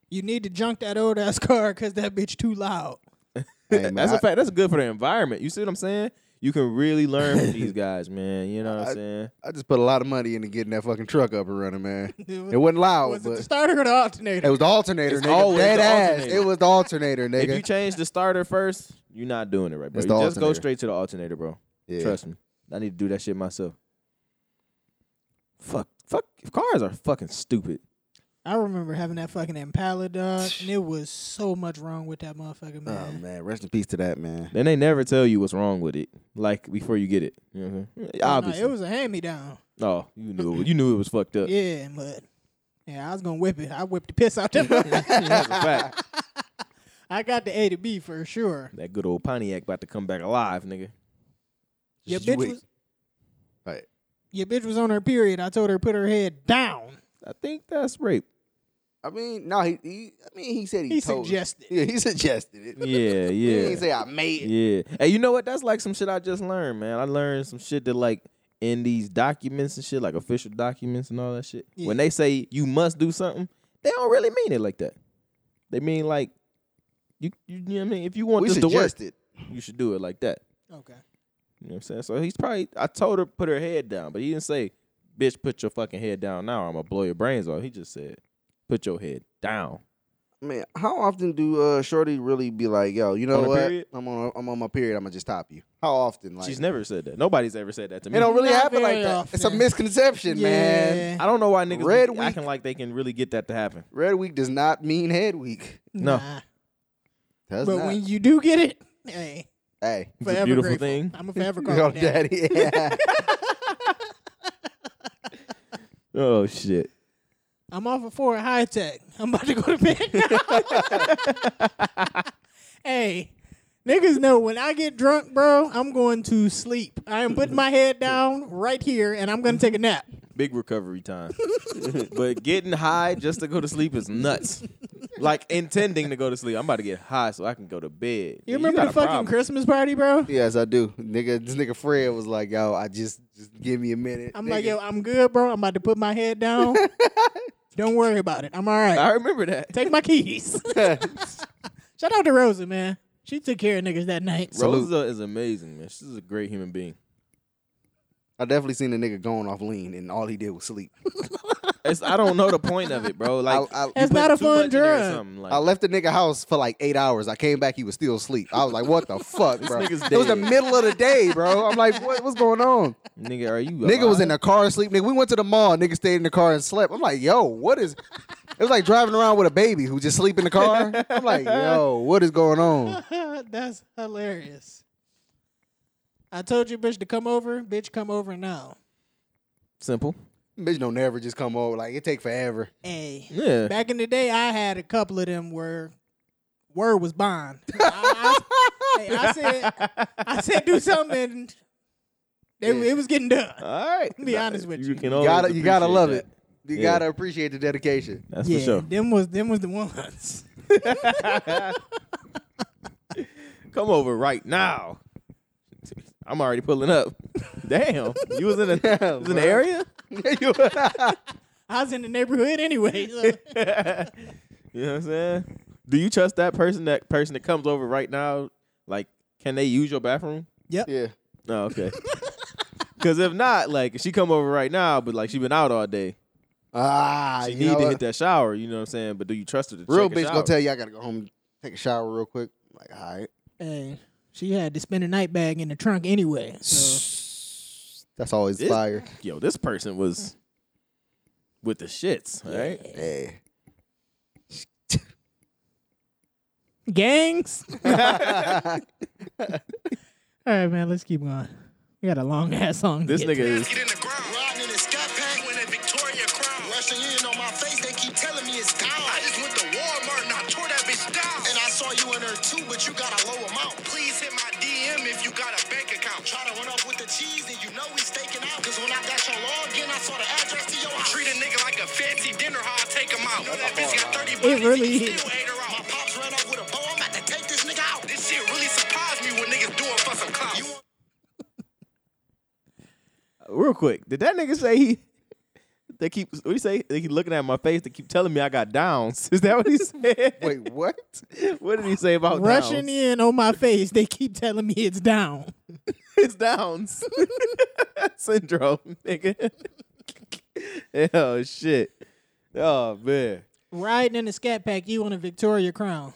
[SPEAKER 2] You need to junk that old ass car because that bitch too loud.
[SPEAKER 1] Hey, man,
[SPEAKER 3] that's
[SPEAKER 1] I-
[SPEAKER 3] a fact. That's good for the environment. You see what I'm saying? You can really learn from these guys, man. You know what I'm
[SPEAKER 1] I-
[SPEAKER 3] saying?
[SPEAKER 1] I just put a lot of money into getting that fucking truck up and running, man. It wasn't loud,
[SPEAKER 2] Was
[SPEAKER 1] Oh, but
[SPEAKER 2] it the starter or the alternator?
[SPEAKER 1] it was the alternator,
[SPEAKER 3] It's
[SPEAKER 1] nigga.
[SPEAKER 3] always
[SPEAKER 1] Dead
[SPEAKER 3] the
[SPEAKER 1] ass.
[SPEAKER 3] alternator.
[SPEAKER 1] It was the alternator,
[SPEAKER 3] If you
[SPEAKER 1] nigga.
[SPEAKER 3] change the starter first, you're not doing it right, bro.
[SPEAKER 1] It's
[SPEAKER 3] You
[SPEAKER 1] the
[SPEAKER 3] just go
[SPEAKER 1] alternator.
[SPEAKER 3] straight to the alternator, bro.
[SPEAKER 1] Yeah.
[SPEAKER 3] Trust me. I need to do that shit myself. Fuck, fuck. Cars are fucking stupid.
[SPEAKER 2] I remember having that fucking Impala dog, and it was so much wrong with that motherfucker
[SPEAKER 1] Oh
[SPEAKER 2] man.
[SPEAKER 1] man, rest in peace to that man.
[SPEAKER 3] Then they never tell you what's wrong with it, like before you get it. You know what I'm saying?
[SPEAKER 2] Oh, no,
[SPEAKER 3] Obviously,
[SPEAKER 2] it was a hand me down.
[SPEAKER 3] oh, you knew it, was- you knew it was fucked up.
[SPEAKER 2] Yeah, but yeah, I was gonna whip it. I whipped the piss out that motherfucker.
[SPEAKER 3] That's a fact.
[SPEAKER 2] I got the A to B for sure.
[SPEAKER 3] That good old Pontiac about to come back alive, nigga.
[SPEAKER 2] Your
[SPEAKER 1] Just you
[SPEAKER 2] bitch
[SPEAKER 1] wait.
[SPEAKER 2] was
[SPEAKER 1] Right.
[SPEAKER 2] your bitch was on her period. I told her to put her head down.
[SPEAKER 3] I think that's rape.
[SPEAKER 1] I mean, no, he, he I mean, he said he,
[SPEAKER 2] He
[SPEAKER 1] told-
[SPEAKER 2] suggested.
[SPEAKER 1] Yeah, he suggested it.
[SPEAKER 3] Yeah,
[SPEAKER 1] He
[SPEAKER 3] yeah.
[SPEAKER 1] didn't say I made it.
[SPEAKER 3] Yeah. Hey, you know what? That's like some shit I just learned, man. I learned some shit that like in these documents and shit, like official documents and all that shit.
[SPEAKER 2] Yeah.
[SPEAKER 3] When they say you must do something, they don't really mean it like that. They mean like you you know what I mean? If you want
[SPEAKER 1] We
[SPEAKER 3] this to work,
[SPEAKER 1] suggested.
[SPEAKER 3] you should do it like that.
[SPEAKER 2] Okay.
[SPEAKER 3] You know what I'm saying? So he's probably I told her put her head down, but he didn't say, bitch, put your fucking head down now or I'm gonna blow your brains off. He just said, put your head down.
[SPEAKER 1] Man, how often do uh Shorty really be like, yo, you know
[SPEAKER 3] On her
[SPEAKER 1] what?
[SPEAKER 3] period?
[SPEAKER 1] I'm on I'm on my period, I'm gonna just top you. How often? Like
[SPEAKER 3] She's never said that. Nobody's ever said that to me.
[SPEAKER 1] it don't really
[SPEAKER 2] Not
[SPEAKER 1] happen like
[SPEAKER 2] very
[SPEAKER 1] that. It's a
[SPEAKER 2] often.
[SPEAKER 1] misconception, man.
[SPEAKER 2] Yeah.
[SPEAKER 3] I don't know why niggas
[SPEAKER 1] Red
[SPEAKER 3] be
[SPEAKER 1] week.
[SPEAKER 3] acting like they can really get that to happen.
[SPEAKER 1] Red week does not mean head week.
[SPEAKER 3] No.
[SPEAKER 2] Nah.
[SPEAKER 1] Does
[SPEAKER 2] But
[SPEAKER 1] not.
[SPEAKER 2] when you do get it, hey,
[SPEAKER 1] hey,
[SPEAKER 3] a
[SPEAKER 2] forever
[SPEAKER 3] beautiful
[SPEAKER 2] grateful.
[SPEAKER 3] thing.
[SPEAKER 2] I'm a forever
[SPEAKER 1] Yo,
[SPEAKER 2] call you daddy.
[SPEAKER 1] daddy. Yeah.
[SPEAKER 3] Oh shit.
[SPEAKER 2] I'm off of four high tech. I'm about to go to bed. now. hey, niggas know when I get drunk, bro, I'm going to sleep. I am putting my head down right here and I'm going to take a nap.
[SPEAKER 3] Big recovery time. but getting high just to go to sleep is nuts. like intending to go to sleep. I'm about to get high so I can go to bed.
[SPEAKER 2] You remember
[SPEAKER 3] got
[SPEAKER 2] the
[SPEAKER 3] a
[SPEAKER 2] fucking
[SPEAKER 3] problem.
[SPEAKER 2] Christmas party, bro?
[SPEAKER 1] yes, I do. Nigga, this nigga Fred was like, yo, I just just give me a minute.
[SPEAKER 2] I'm like,
[SPEAKER 1] nigga.
[SPEAKER 2] yo, I'm good, bro. I'm about to put my head down. Don't worry about it. I'm all right.
[SPEAKER 3] I remember that.
[SPEAKER 2] Take my keys. Shout out to Rosa, man. She took care of niggas that night.
[SPEAKER 1] Salute.
[SPEAKER 3] Rosa is amazing, man. She's a great human being.
[SPEAKER 1] I definitely seen a nigga going off lean, and all he did was sleep.
[SPEAKER 3] It's, I don't know the point of it, bro. Like
[SPEAKER 1] I- I-
[SPEAKER 3] you
[SPEAKER 2] It's
[SPEAKER 3] put
[SPEAKER 2] not a
[SPEAKER 3] too
[SPEAKER 2] fun
[SPEAKER 3] much in there or
[SPEAKER 2] drug.
[SPEAKER 3] something, like-
[SPEAKER 1] I left the nigga house for like eight hours. I came back, he was still asleep. I was like, "What the fuck, bro?"
[SPEAKER 3] nigga's
[SPEAKER 1] It was the
[SPEAKER 3] dead.
[SPEAKER 1] middle of the day, bro. I'm like, what, "What's going on?"
[SPEAKER 3] nigga, are you?
[SPEAKER 1] Nigga was in
[SPEAKER 3] alive?
[SPEAKER 1] the car asleep. Nigga, we went to the mall. Nigga stayed in the car and slept. I'm like, yo, what is? It was like driving around with a baby who just sleep in the car. I'm like, yo, what is going on?
[SPEAKER 2] That's hilarious. I told you, bitch, to come over. Bitch, come over now.
[SPEAKER 3] simple.
[SPEAKER 1] Bitch, don't never just come over. Like it take forever.
[SPEAKER 2] Hey.
[SPEAKER 3] Yeah,
[SPEAKER 2] Back in the day, I had a couple of them where word was bond. I, I- hey, I said, I said, do something. And they-
[SPEAKER 1] Yeah.
[SPEAKER 2] It was getting done.
[SPEAKER 3] all right.
[SPEAKER 2] Be honest with you.
[SPEAKER 3] can
[SPEAKER 1] You
[SPEAKER 3] always
[SPEAKER 1] gotta, you gotta
[SPEAKER 3] appreciate
[SPEAKER 1] love
[SPEAKER 3] that.
[SPEAKER 1] it. You
[SPEAKER 3] Yeah.
[SPEAKER 1] gotta appreciate the dedication.
[SPEAKER 3] That's
[SPEAKER 2] yeah,
[SPEAKER 3] for sure.
[SPEAKER 2] them was them was the ones.
[SPEAKER 3] Come over right now. I'm already pulling up. Damn, you was in, a,
[SPEAKER 1] Damn,
[SPEAKER 3] was
[SPEAKER 1] bro.
[SPEAKER 3] in the area.
[SPEAKER 2] I was in the neighborhood anyway. So
[SPEAKER 3] You know what I'm saying? Do you trust that person? That person that comes over right now, like, can they use your bathroom?
[SPEAKER 1] yeah,
[SPEAKER 3] No, okay. Because if not, like, if she come over right now, but like she been out all day,
[SPEAKER 1] ah,
[SPEAKER 3] she
[SPEAKER 1] you
[SPEAKER 3] need
[SPEAKER 1] know
[SPEAKER 3] to
[SPEAKER 1] what?
[SPEAKER 3] hit that shower. You know what I'm saying? But do you trust her to
[SPEAKER 1] Real
[SPEAKER 3] check a
[SPEAKER 1] bitch
[SPEAKER 3] shower?
[SPEAKER 1] gonna tell you I gotta go home, take a shower real quick. Like, all right,
[SPEAKER 2] hey, she had to spend a night bag in the trunk anyway. So
[SPEAKER 1] that's always
[SPEAKER 3] This-
[SPEAKER 1] fire.
[SPEAKER 3] Yo, this person was with the shits, all right?
[SPEAKER 1] Yeah.
[SPEAKER 2] gangs. All right, man. Let's keep going. We got a long ass song. to
[SPEAKER 3] This
[SPEAKER 2] get
[SPEAKER 3] nigga
[SPEAKER 2] to.
[SPEAKER 3] is
[SPEAKER 5] Get in the ground.
[SPEAKER 4] Riding in a scat pack
[SPEAKER 5] When that Victoria crown.
[SPEAKER 4] Russian in on my face, they keep telling me it's down.
[SPEAKER 5] I just went to Walmart and I tore that bitch down.
[SPEAKER 4] And I saw you in her too, but you got a low amount.
[SPEAKER 5] Please hit my DM if you got a bank account.
[SPEAKER 4] Try to run up with the cheese, and you know we staking out. Cause when I got your login, I saw the address to your house.
[SPEAKER 5] Treat a nigga like a fancy dinner hall, take him out. Know that bitch got 30
[SPEAKER 2] It really
[SPEAKER 5] you
[SPEAKER 2] is.
[SPEAKER 5] still hate her
[SPEAKER 4] My
[SPEAKER 5] out.
[SPEAKER 4] pops ran up with a bow, I'm about to take this nigga out.
[SPEAKER 5] This shit really surprised me when niggas do it for some clout.
[SPEAKER 4] You want
[SPEAKER 3] real quick. Did that nigga say he? They keep what do you say? They keep looking at my face. They keep telling me I got downs. Is that what he said?
[SPEAKER 1] Wait, what?
[SPEAKER 3] what did he say about
[SPEAKER 2] rushing
[SPEAKER 3] downs?
[SPEAKER 2] in on my face. They keep telling me it's down.
[SPEAKER 3] It's downs syndrome, nigga. oh shit. Oh man,
[SPEAKER 2] Riding in the scat pack, you on a Victoria Crown.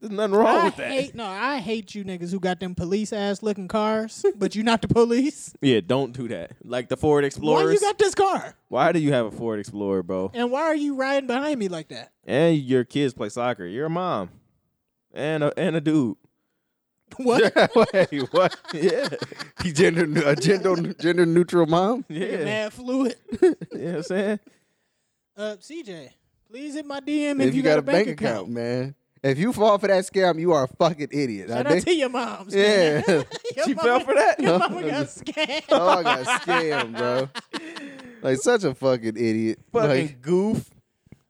[SPEAKER 3] there's nothing
[SPEAKER 1] Oh,
[SPEAKER 3] wrong
[SPEAKER 2] I
[SPEAKER 3] with that.
[SPEAKER 2] hate no, I hate you niggas who got them police ass looking cars, but you not the police.
[SPEAKER 3] yeah, don't do that. Like the Ford Explorers.
[SPEAKER 2] Why you got this car?
[SPEAKER 3] Why do you have a Ford Explorer, bro?
[SPEAKER 2] And why are you riding behind me like that?
[SPEAKER 3] And your kids play soccer. You're a mom, and a and a dude.
[SPEAKER 2] What?
[SPEAKER 1] Wait, what?
[SPEAKER 3] Yeah,
[SPEAKER 1] He gender neu- a gender gender neutral mom.
[SPEAKER 2] Nigga
[SPEAKER 3] yeah.
[SPEAKER 2] Mad fluid.
[SPEAKER 3] You know what I'm saying?
[SPEAKER 2] Uh, CJ, please hit my DM
[SPEAKER 1] if you, got, a bank, account, man. If you fall for that scam, you are a fucking idiot.
[SPEAKER 2] Shout
[SPEAKER 1] I
[SPEAKER 2] out
[SPEAKER 1] think-
[SPEAKER 2] to your moms. man.
[SPEAKER 1] yeah.
[SPEAKER 2] Your
[SPEAKER 3] She
[SPEAKER 2] mama-
[SPEAKER 3] fell for that?
[SPEAKER 2] Your mama got scammed.
[SPEAKER 1] oh, I got scammed, bro. Like such a fucking idiot.
[SPEAKER 3] Fucking
[SPEAKER 1] Like,
[SPEAKER 3] goof.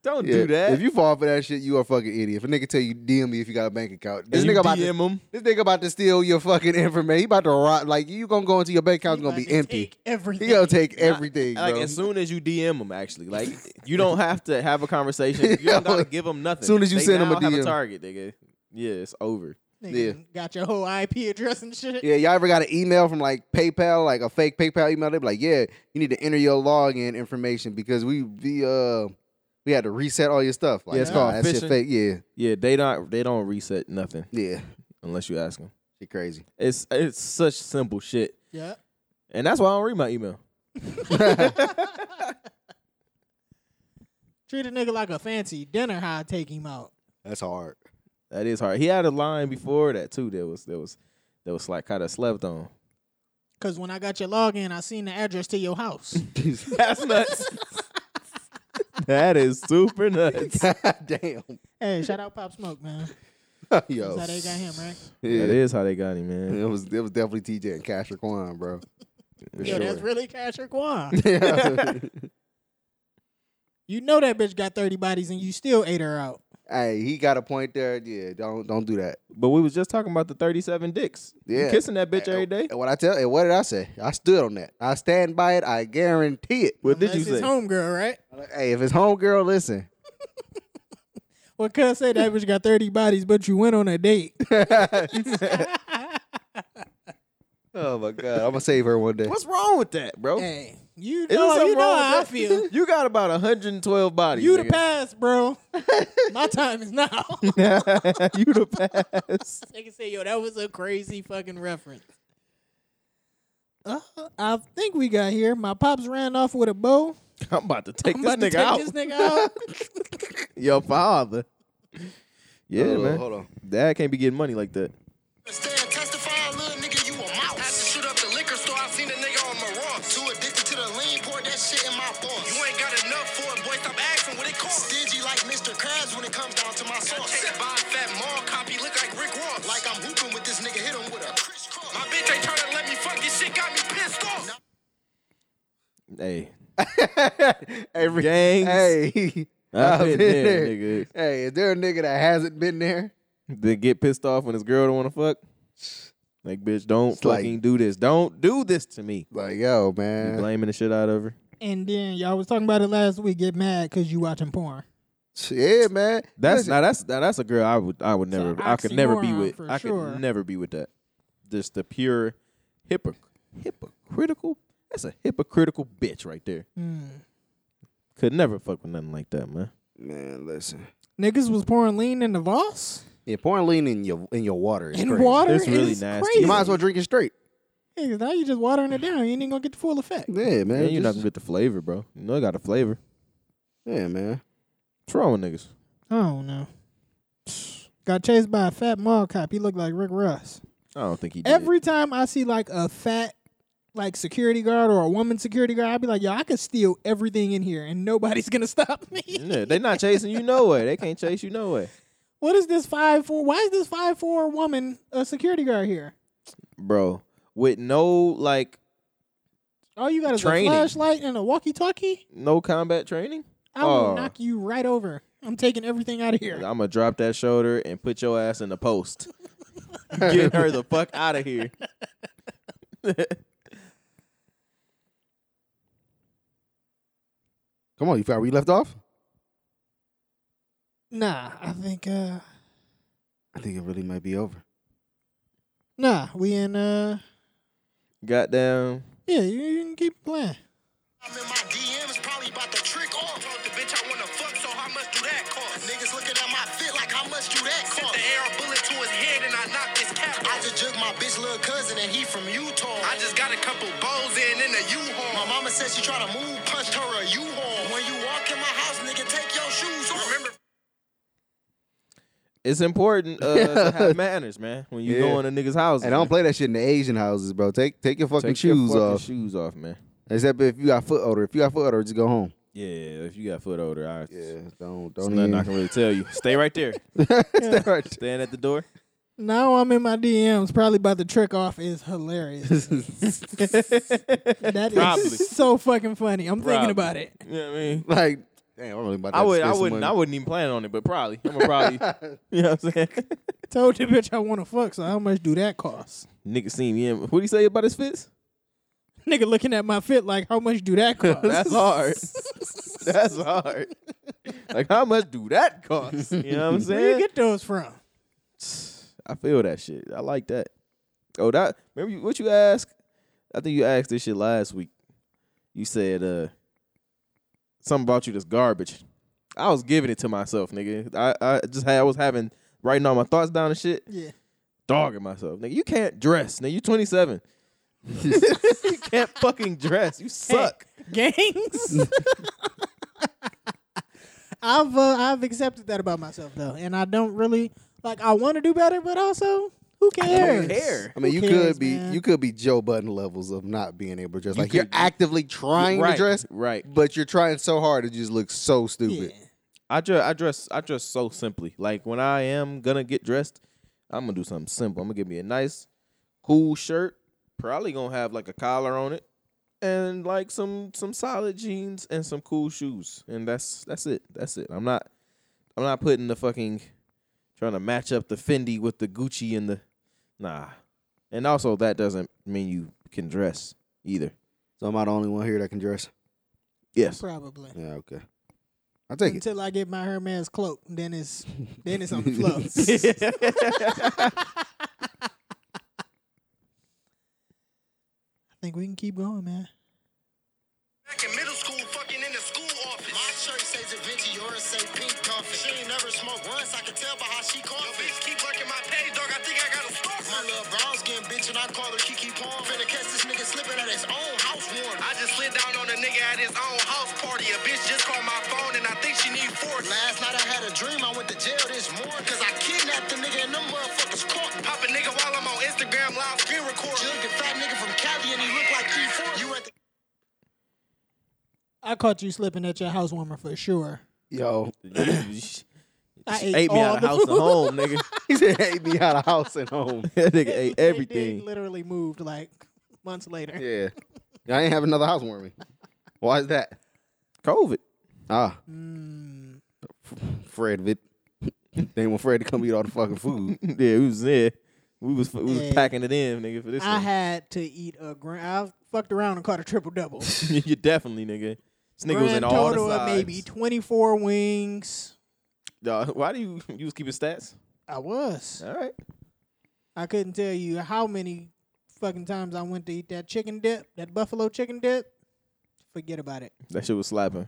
[SPEAKER 3] Don't
[SPEAKER 1] yeah,
[SPEAKER 3] do that.
[SPEAKER 1] If you fall for that shit, you are a fucking idiot. If a nigga tell you DM me if you got a bank account, this
[SPEAKER 3] And you
[SPEAKER 1] nigga about
[SPEAKER 3] DM
[SPEAKER 1] to,
[SPEAKER 3] him.
[SPEAKER 1] this nigga about to steal your fucking information. He about to rot. Like you gonna go into your bank account, it's gonna
[SPEAKER 2] About
[SPEAKER 1] be
[SPEAKER 2] to
[SPEAKER 1] empty.
[SPEAKER 2] take Everything.
[SPEAKER 1] He gonna take everything,
[SPEAKER 3] Like
[SPEAKER 1] bro.
[SPEAKER 3] as soon as you DM them, actually, like you don't have to have a conversation. You don't gotta give them nothing.
[SPEAKER 1] Soon as you
[SPEAKER 3] They
[SPEAKER 1] send 'em a
[SPEAKER 3] now have
[SPEAKER 1] DM.
[SPEAKER 3] target, nigga. Yeah, it's over.
[SPEAKER 2] Nigga
[SPEAKER 1] Yeah.
[SPEAKER 2] Got your whole IP address and shit.
[SPEAKER 1] Yeah, y'all ever got an email from like PayPal, like a fake PayPal email? They be like, "Yeah, you need to enter your login information because we we uh we had to reset all your stuff." Like,
[SPEAKER 3] Yeah, it's
[SPEAKER 1] nah,
[SPEAKER 3] called
[SPEAKER 1] that shit
[SPEAKER 3] phishing.
[SPEAKER 1] fake. Yeah,
[SPEAKER 3] Yeah, they don't. They don't reset nothing
[SPEAKER 1] yeah,
[SPEAKER 3] unless you ask them.
[SPEAKER 1] shit crazy.
[SPEAKER 3] It's it's such simple shit,
[SPEAKER 2] Yep.
[SPEAKER 3] and that's why I don't read my email.
[SPEAKER 2] Treat a nigga like a fancy dinner how I take him out.
[SPEAKER 1] That's hard.
[SPEAKER 3] That is hard. He had a line before that too. That was that was that was like kind of slept on.
[SPEAKER 2] Cause when I got your login, I seen the address to your house.
[SPEAKER 3] That's nuts. that is super nuts.
[SPEAKER 1] Damn,
[SPEAKER 2] hey, shout out Pop Smoke, man.
[SPEAKER 1] yo,
[SPEAKER 2] That's how they got him, right?
[SPEAKER 1] Yeah.
[SPEAKER 3] That is how they got him, man.
[SPEAKER 1] It was it was definitely TJ and Cash Raquan, bro. For
[SPEAKER 2] Yo, that's
[SPEAKER 1] sure.
[SPEAKER 2] really Cash or Quan. You know that bitch got 30 bodies and you still ate her out.
[SPEAKER 1] Hey, he got a point there. Yeah, don't don't do that.
[SPEAKER 3] But we was just talking about the 37 dicks. You
[SPEAKER 1] Yeah.
[SPEAKER 3] kissing that bitch every day.
[SPEAKER 1] And what I tell and what did I say? I stood on that. I stand by it. I guarantee it.
[SPEAKER 3] What did you
[SPEAKER 2] That's his
[SPEAKER 3] say?
[SPEAKER 2] homegirl, right?
[SPEAKER 1] Hey, if it's homegirl, listen.
[SPEAKER 2] Well, cuz say that bitch got 30 bodies, but you went on a date.
[SPEAKER 1] Oh my god, I'm gonna save her one day.
[SPEAKER 3] What's wrong with that, bro?
[SPEAKER 2] hey, you
[SPEAKER 3] Oh. Isn't
[SPEAKER 2] know,
[SPEAKER 3] something
[SPEAKER 2] you know
[SPEAKER 3] wrong with
[SPEAKER 2] how I
[SPEAKER 3] that?
[SPEAKER 2] feel.
[SPEAKER 3] You got about 112 bodies.
[SPEAKER 2] You the
[SPEAKER 3] nigga.
[SPEAKER 2] past, bro. My time is now.
[SPEAKER 3] you the past.
[SPEAKER 2] They can say, yo, that was a crazy fucking reference. Uh, I think we got here. My pops ran off with a bow.
[SPEAKER 3] I'm about to take
[SPEAKER 2] I'm
[SPEAKER 3] this
[SPEAKER 2] about to
[SPEAKER 3] nigga
[SPEAKER 2] take
[SPEAKER 3] out.
[SPEAKER 2] this nigga out.
[SPEAKER 3] Your father. Yeah,
[SPEAKER 1] Hold on,
[SPEAKER 3] man.
[SPEAKER 1] hold on.
[SPEAKER 3] Dad can't be getting money like that.
[SPEAKER 4] Stand testify, little nigga, you a
[SPEAKER 5] Had to
[SPEAKER 4] mouse.
[SPEAKER 5] shoot up the liquor store. I seen a nigga on my rocks.
[SPEAKER 4] Too addicted to the lean, pour that shit in my boss.
[SPEAKER 5] You ain't got enough for it, boy. Stop asking what it costs.
[SPEAKER 4] stingy like Mr. Krabs when it comes down to my sauce.
[SPEAKER 5] Chased by a fat mall copy, look like Rick Ross.
[SPEAKER 4] Like I'm hooping with this nigga, hit him with a crisscross.
[SPEAKER 5] my bitch ain't tryna let me fuck. This shit got me pissed off.
[SPEAKER 3] Hey,
[SPEAKER 1] Every
[SPEAKER 3] Gangs.
[SPEAKER 1] Hey,
[SPEAKER 3] I've been there, nigga.
[SPEAKER 1] Hey, is there a nigga that hasn't been there?
[SPEAKER 3] Then get pissed off when his girl don't want to fuck. Like, bitch, don't
[SPEAKER 1] It's like-
[SPEAKER 3] fucking do this. Don't do this to me.
[SPEAKER 1] Like, yo,
[SPEAKER 3] You
[SPEAKER 1] man.
[SPEAKER 3] blaming the shit out of her.
[SPEAKER 2] And then y'all was talking about it last week. Get mad because you watching porn.
[SPEAKER 1] yeah, man.
[SPEAKER 3] That's
[SPEAKER 1] Listen,
[SPEAKER 3] now that's now that's a girl I would I would
[SPEAKER 2] an
[SPEAKER 3] never I could never be
[SPEAKER 2] oxymoron
[SPEAKER 3] with.
[SPEAKER 2] for
[SPEAKER 3] I
[SPEAKER 2] sure.
[SPEAKER 3] could never be with that. Just the pure hypoc- hypocritical. That's a hypocritical bitch right there.
[SPEAKER 2] Mm.
[SPEAKER 3] Could never fuck with nothing like that, man.
[SPEAKER 1] man. Listen.
[SPEAKER 2] Niggas was pouring lean in the Voss
[SPEAKER 1] Yeah, pouring lean in your in your water is
[SPEAKER 2] and
[SPEAKER 1] crazy.
[SPEAKER 2] water.
[SPEAKER 3] It's really
[SPEAKER 2] is
[SPEAKER 3] nasty.
[SPEAKER 2] Crazy.
[SPEAKER 1] You might as well drink it straight.
[SPEAKER 2] Yeah, 'cause now you just watering it down. You ain't even gonna get the full effect.
[SPEAKER 1] Yeah, man.
[SPEAKER 3] And you're not
[SPEAKER 1] just-
[SPEAKER 3] gonna get the flavor, bro. You know it got a flavor.
[SPEAKER 1] yeah, man.
[SPEAKER 3] What's wrong with niggas?
[SPEAKER 2] I don't know. Got chased by a fat mall cop. He looked like Rick Ross.
[SPEAKER 3] I don't think he did.
[SPEAKER 2] Every time I see like a fat like security guard or a woman security guard, I'd be like, yo, I could steal everything in here and nobody's gonna stop me.
[SPEAKER 3] yeah, they not chasing you no way. They can't chase you no way.
[SPEAKER 2] What is this five four? Why is this five four woman a security guard here?
[SPEAKER 3] Bro. With no like
[SPEAKER 2] All you got is
[SPEAKER 3] Training.
[SPEAKER 2] a flashlight and a walkie talkie.
[SPEAKER 3] no combat training.
[SPEAKER 2] I will
[SPEAKER 3] Oh.
[SPEAKER 2] knock you right over. I'm taking everything out of here.
[SPEAKER 3] I'm gonna drop that shoulder and put your ass in the post. Get her the fuck out of here.
[SPEAKER 1] Come on, you forgot where you left off?
[SPEAKER 2] Nah, I think uh
[SPEAKER 1] I think it really might be over.
[SPEAKER 2] nah, we in uh
[SPEAKER 3] Goddamn.
[SPEAKER 2] yeah, you, you can keep playing.
[SPEAKER 4] I'm in my DMs, probably about to trick off.
[SPEAKER 5] Told the bitch I wanna fuck, so how much do that cost?
[SPEAKER 4] Niggas looking at my fit like how much do that
[SPEAKER 5] Sent the
[SPEAKER 4] cost?
[SPEAKER 5] air bullet to his head and I knocked his cap
[SPEAKER 4] I
[SPEAKER 5] off.
[SPEAKER 4] just jugged my bitch little cousin and he from Utah.
[SPEAKER 5] I just got a couple bows in in a
[SPEAKER 4] my
[SPEAKER 5] U-Haul.
[SPEAKER 4] mama said she try to move, punched her a U-Haul. When you walk in my house, nigga, take your shoes off.
[SPEAKER 5] Remember
[SPEAKER 3] It's important uh, to have manners, man. When you
[SPEAKER 1] Yeah.
[SPEAKER 3] go in a nigga's house,
[SPEAKER 1] And don't play that shit in the Asian houses, bro. Take take your fucking
[SPEAKER 3] Take your
[SPEAKER 1] shoes
[SPEAKER 3] fucking
[SPEAKER 1] off.
[SPEAKER 3] Shoes off, man.
[SPEAKER 1] Except if you got foot odor. If you got foot odor, just go home.
[SPEAKER 3] Yeah, if you got foot odor, I,
[SPEAKER 1] Yeah,
[SPEAKER 3] yeah,
[SPEAKER 1] don't
[SPEAKER 3] there's
[SPEAKER 1] don't
[SPEAKER 3] nothing I
[SPEAKER 1] even.
[SPEAKER 3] can really tell you. Stay right there.
[SPEAKER 1] Stay right there.
[SPEAKER 3] Stand at the door.
[SPEAKER 2] Now I'm in my DMs, probably about to trick off is hilarious. That is
[SPEAKER 3] Probably.
[SPEAKER 2] so fucking funny. I'm thinking about
[SPEAKER 3] Probably.
[SPEAKER 2] it.
[SPEAKER 3] You know what I mean?
[SPEAKER 1] like, damn, I'm really about to
[SPEAKER 3] I
[SPEAKER 1] have to
[SPEAKER 3] would, I
[SPEAKER 1] spend some
[SPEAKER 3] wouldn't, I
[SPEAKER 1] money.
[SPEAKER 3] wouldn't even plan on it, but probably, I'm gonna probably, you know what I'm saying?
[SPEAKER 2] Told the bitch I want to fuck, so how much do that cost?
[SPEAKER 3] Nigga seen me. In, what do you say about his fits?
[SPEAKER 2] Nigga looking at my fit like, how much do that cost?
[SPEAKER 3] That's hard. That's hard. Like how much do that cost? You know what I'm
[SPEAKER 2] Where you
[SPEAKER 3] saying?
[SPEAKER 2] get those from?
[SPEAKER 3] I feel that shit. I like that. Oh, that remember you, what you asked? I think you asked this shit last week. You said uh something about you that's garbage. I was giving it to myself, nigga. I, I just had I was having writing all my thoughts down and shit,
[SPEAKER 2] Yeah.
[SPEAKER 3] dogging myself. Nigga, you can't dress. Nigga, you 27. you can't fucking dress. You suck.
[SPEAKER 2] Gangs? I've uh, I've accepted that about myself though, and I don't really like. I want to do better, but also, who cares?
[SPEAKER 3] care.
[SPEAKER 1] I mean,
[SPEAKER 2] Who
[SPEAKER 1] you
[SPEAKER 2] cares,
[SPEAKER 1] could be
[SPEAKER 2] man?
[SPEAKER 1] you could be Joe Button levels of not being able to dress. like
[SPEAKER 3] could
[SPEAKER 1] you're
[SPEAKER 3] be-
[SPEAKER 1] actively trying
[SPEAKER 3] Right,
[SPEAKER 1] to dress,
[SPEAKER 3] right.
[SPEAKER 1] But you're trying so hard it just looks so
[SPEAKER 2] Yeah.
[SPEAKER 1] stupid.
[SPEAKER 3] I dress, I dress, I dress so simply. Like when I am gonna get dressed, I'm gonna do something simple. I'm gonna give me a nice, cool shirt. Probably gonna have like a collar on it, and like some some solid jeans and some cool shoes. And that's that's it. That's it. I'm not. I'm not putting the fucking trying to match up the Fendi with the Gucci and the nah. And also that doesn't mean you can dress either.
[SPEAKER 1] So am I the only one here that can dress?
[SPEAKER 3] Yes.
[SPEAKER 2] Probably.
[SPEAKER 1] Yeah, okay. I'll take it.
[SPEAKER 2] Until I get my Hermes cloak, then it's then it's on the floor. I think we can keep going, man.
[SPEAKER 5] Back in middle school, fucking in the school office.
[SPEAKER 4] My shirt say Da Vinci, yours say pink coffee. She ain't never smoked once, I can tell by how she
[SPEAKER 5] Yo,
[SPEAKER 4] coughing.
[SPEAKER 5] bitch, keep lurking my page, dog. I think I got a
[SPEAKER 4] My
[SPEAKER 5] stalker.
[SPEAKER 4] little brown skin bitch and I call her Kiki Palm. Finna catch this nigga slipping at his own house warming.
[SPEAKER 5] I just slid down on a nigga at his own house party. A bitch just called my phone and I think she need 40.
[SPEAKER 4] Last night I had a dream I went to jail this morning Cause I kidnapped the nigga and them motherfuckers caught me
[SPEAKER 5] Pop a nigga while I'm on Instagram live screen recording.
[SPEAKER 4] Jug a fat nigga from Cali and he looked like E4 You at the
[SPEAKER 2] I caught you slipping at your housewarmer for sure.
[SPEAKER 1] Yo,
[SPEAKER 2] I
[SPEAKER 3] She ate
[SPEAKER 2] all
[SPEAKER 3] me out of
[SPEAKER 2] the
[SPEAKER 3] house and
[SPEAKER 2] food.
[SPEAKER 3] home, nigga.
[SPEAKER 1] he said, "Hate me out of house and home."
[SPEAKER 3] that nigga ate
[SPEAKER 2] They- They
[SPEAKER 3] everything.
[SPEAKER 2] literally moved like months later.
[SPEAKER 1] Yeah, I ain't have another housewarming. Why is that?
[SPEAKER 3] COVID.
[SPEAKER 1] Ah,
[SPEAKER 2] Mm,
[SPEAKER 1] Fred of it. they want Fred to come eat all the fucking food.
[SPEAKER 3] yeah, we was there. We was we was
[SPEAKER 2] Yeah.
[SPEAKER 3] packing it in, nigga, for this.
[SPEAKER 2] I
[SPEAKER 3] one.
[SPEAKER 2] had to eat a grand. I fucked around and caught a triple double.
[SPEAKER 3] you definitely, nigga. This nigga was in
[SPEAKER 2] Grand
[SPEAKER 3] all the
[SPEAKER 2] total of
[SPEAKER 3] sides.
[SPEAKER 2] maybe twenty four wings.
[SPEAKER 3] Dog, why do you you was keeping stats?
[SPEAKER 2] I was.
[SPEAKER 3] All right.
[SPEAKER 2] I couldn't tell you how many fucking times I went to eat that chicken dip, that buffalo chicken dip. Forget about it.
[SPEAKER 3] That shit was slapping.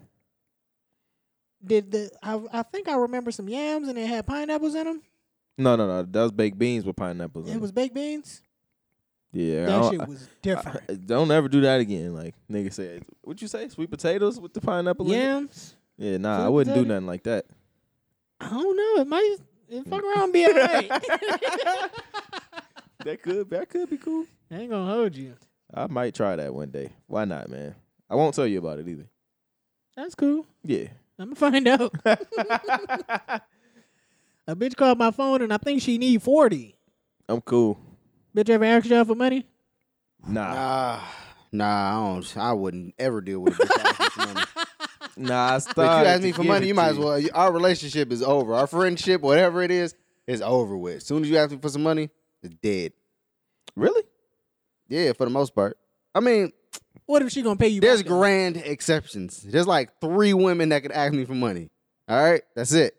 [SPEAKER 2] Did the I, I think I remember some yams and it had pineapples in them.
[SPEAKER 3] No, no, no. That was baked beans with pineapples. in
[SPEAKER 2] It was baked beans.
[SPEAKER 3] Yeah. I
[SPEAKER 2] That
[SPEAKER 3] don't-
[SPEAKER 2] shit was different.
[SPEAKER 3] I- don't ever do that again. Like nigga said, what you say? Sweet potatoes with the pineapple? in it?
[SPEAKER 2] Yams.
[SPEAKER 3] Yeah, nah, I
[SPEAKER 2] Sweet
[SPEAKER 3] wouldn't do
[SPEAKER 2] potato?
[SPEAKER 3] nothing like that.
[SPEAKER 2] I don't know. It might it fuck around be alright.
[SPEAKER 3] That could that could be cool.
[SPEAKER 2] I ain't gonna hold you.
[SPEAKER 3] I might try that one day. Why not, man? I won't tell you about it either.
[SPEAKER 2] That's cool.
[SPEAKER 3] Yeah.
[SPEAKER 2] I'm gonna find out. a bitch called my phone and I think she need forty.
[SPEAKER 3] I'm cool.
[SPEAKER 2] Bitch ever asked y'all for money?
[SPEAKER 3] Nah.
[SPEAKER 1] Ah, nah, I don't. I wouldn't ever deal with it. If
[SPEAKER 3] Nah, I
[SPEAKER 1] you
[SPEAKER 3] started
[SPEAKER 1] ask
[SPEAKER 3] to
[SPEAKER 1] me for
[SPEAKER 3] give
[SPEAKER 1] money,
[SPEAKER 3] it
[SPEAKER 1] you might
[SPEAKER 3] to
[SPEAKER 1] as well. Our relationship is over. Our friendship, whatever it is, is over with. As soon as you ask me for some money, it's dead.
[SPEAKER 3] Really?
[SPEAKER 1] Yeah, for the most part. I mean,
[SPEAKER 2] What if she gonna pay you?
[SPEAKER 1] there's
[SPEAKER 2] back, though?
[SPEAKER 1] grand exceptions. There's like three women that could ask me for money. All right, that's it.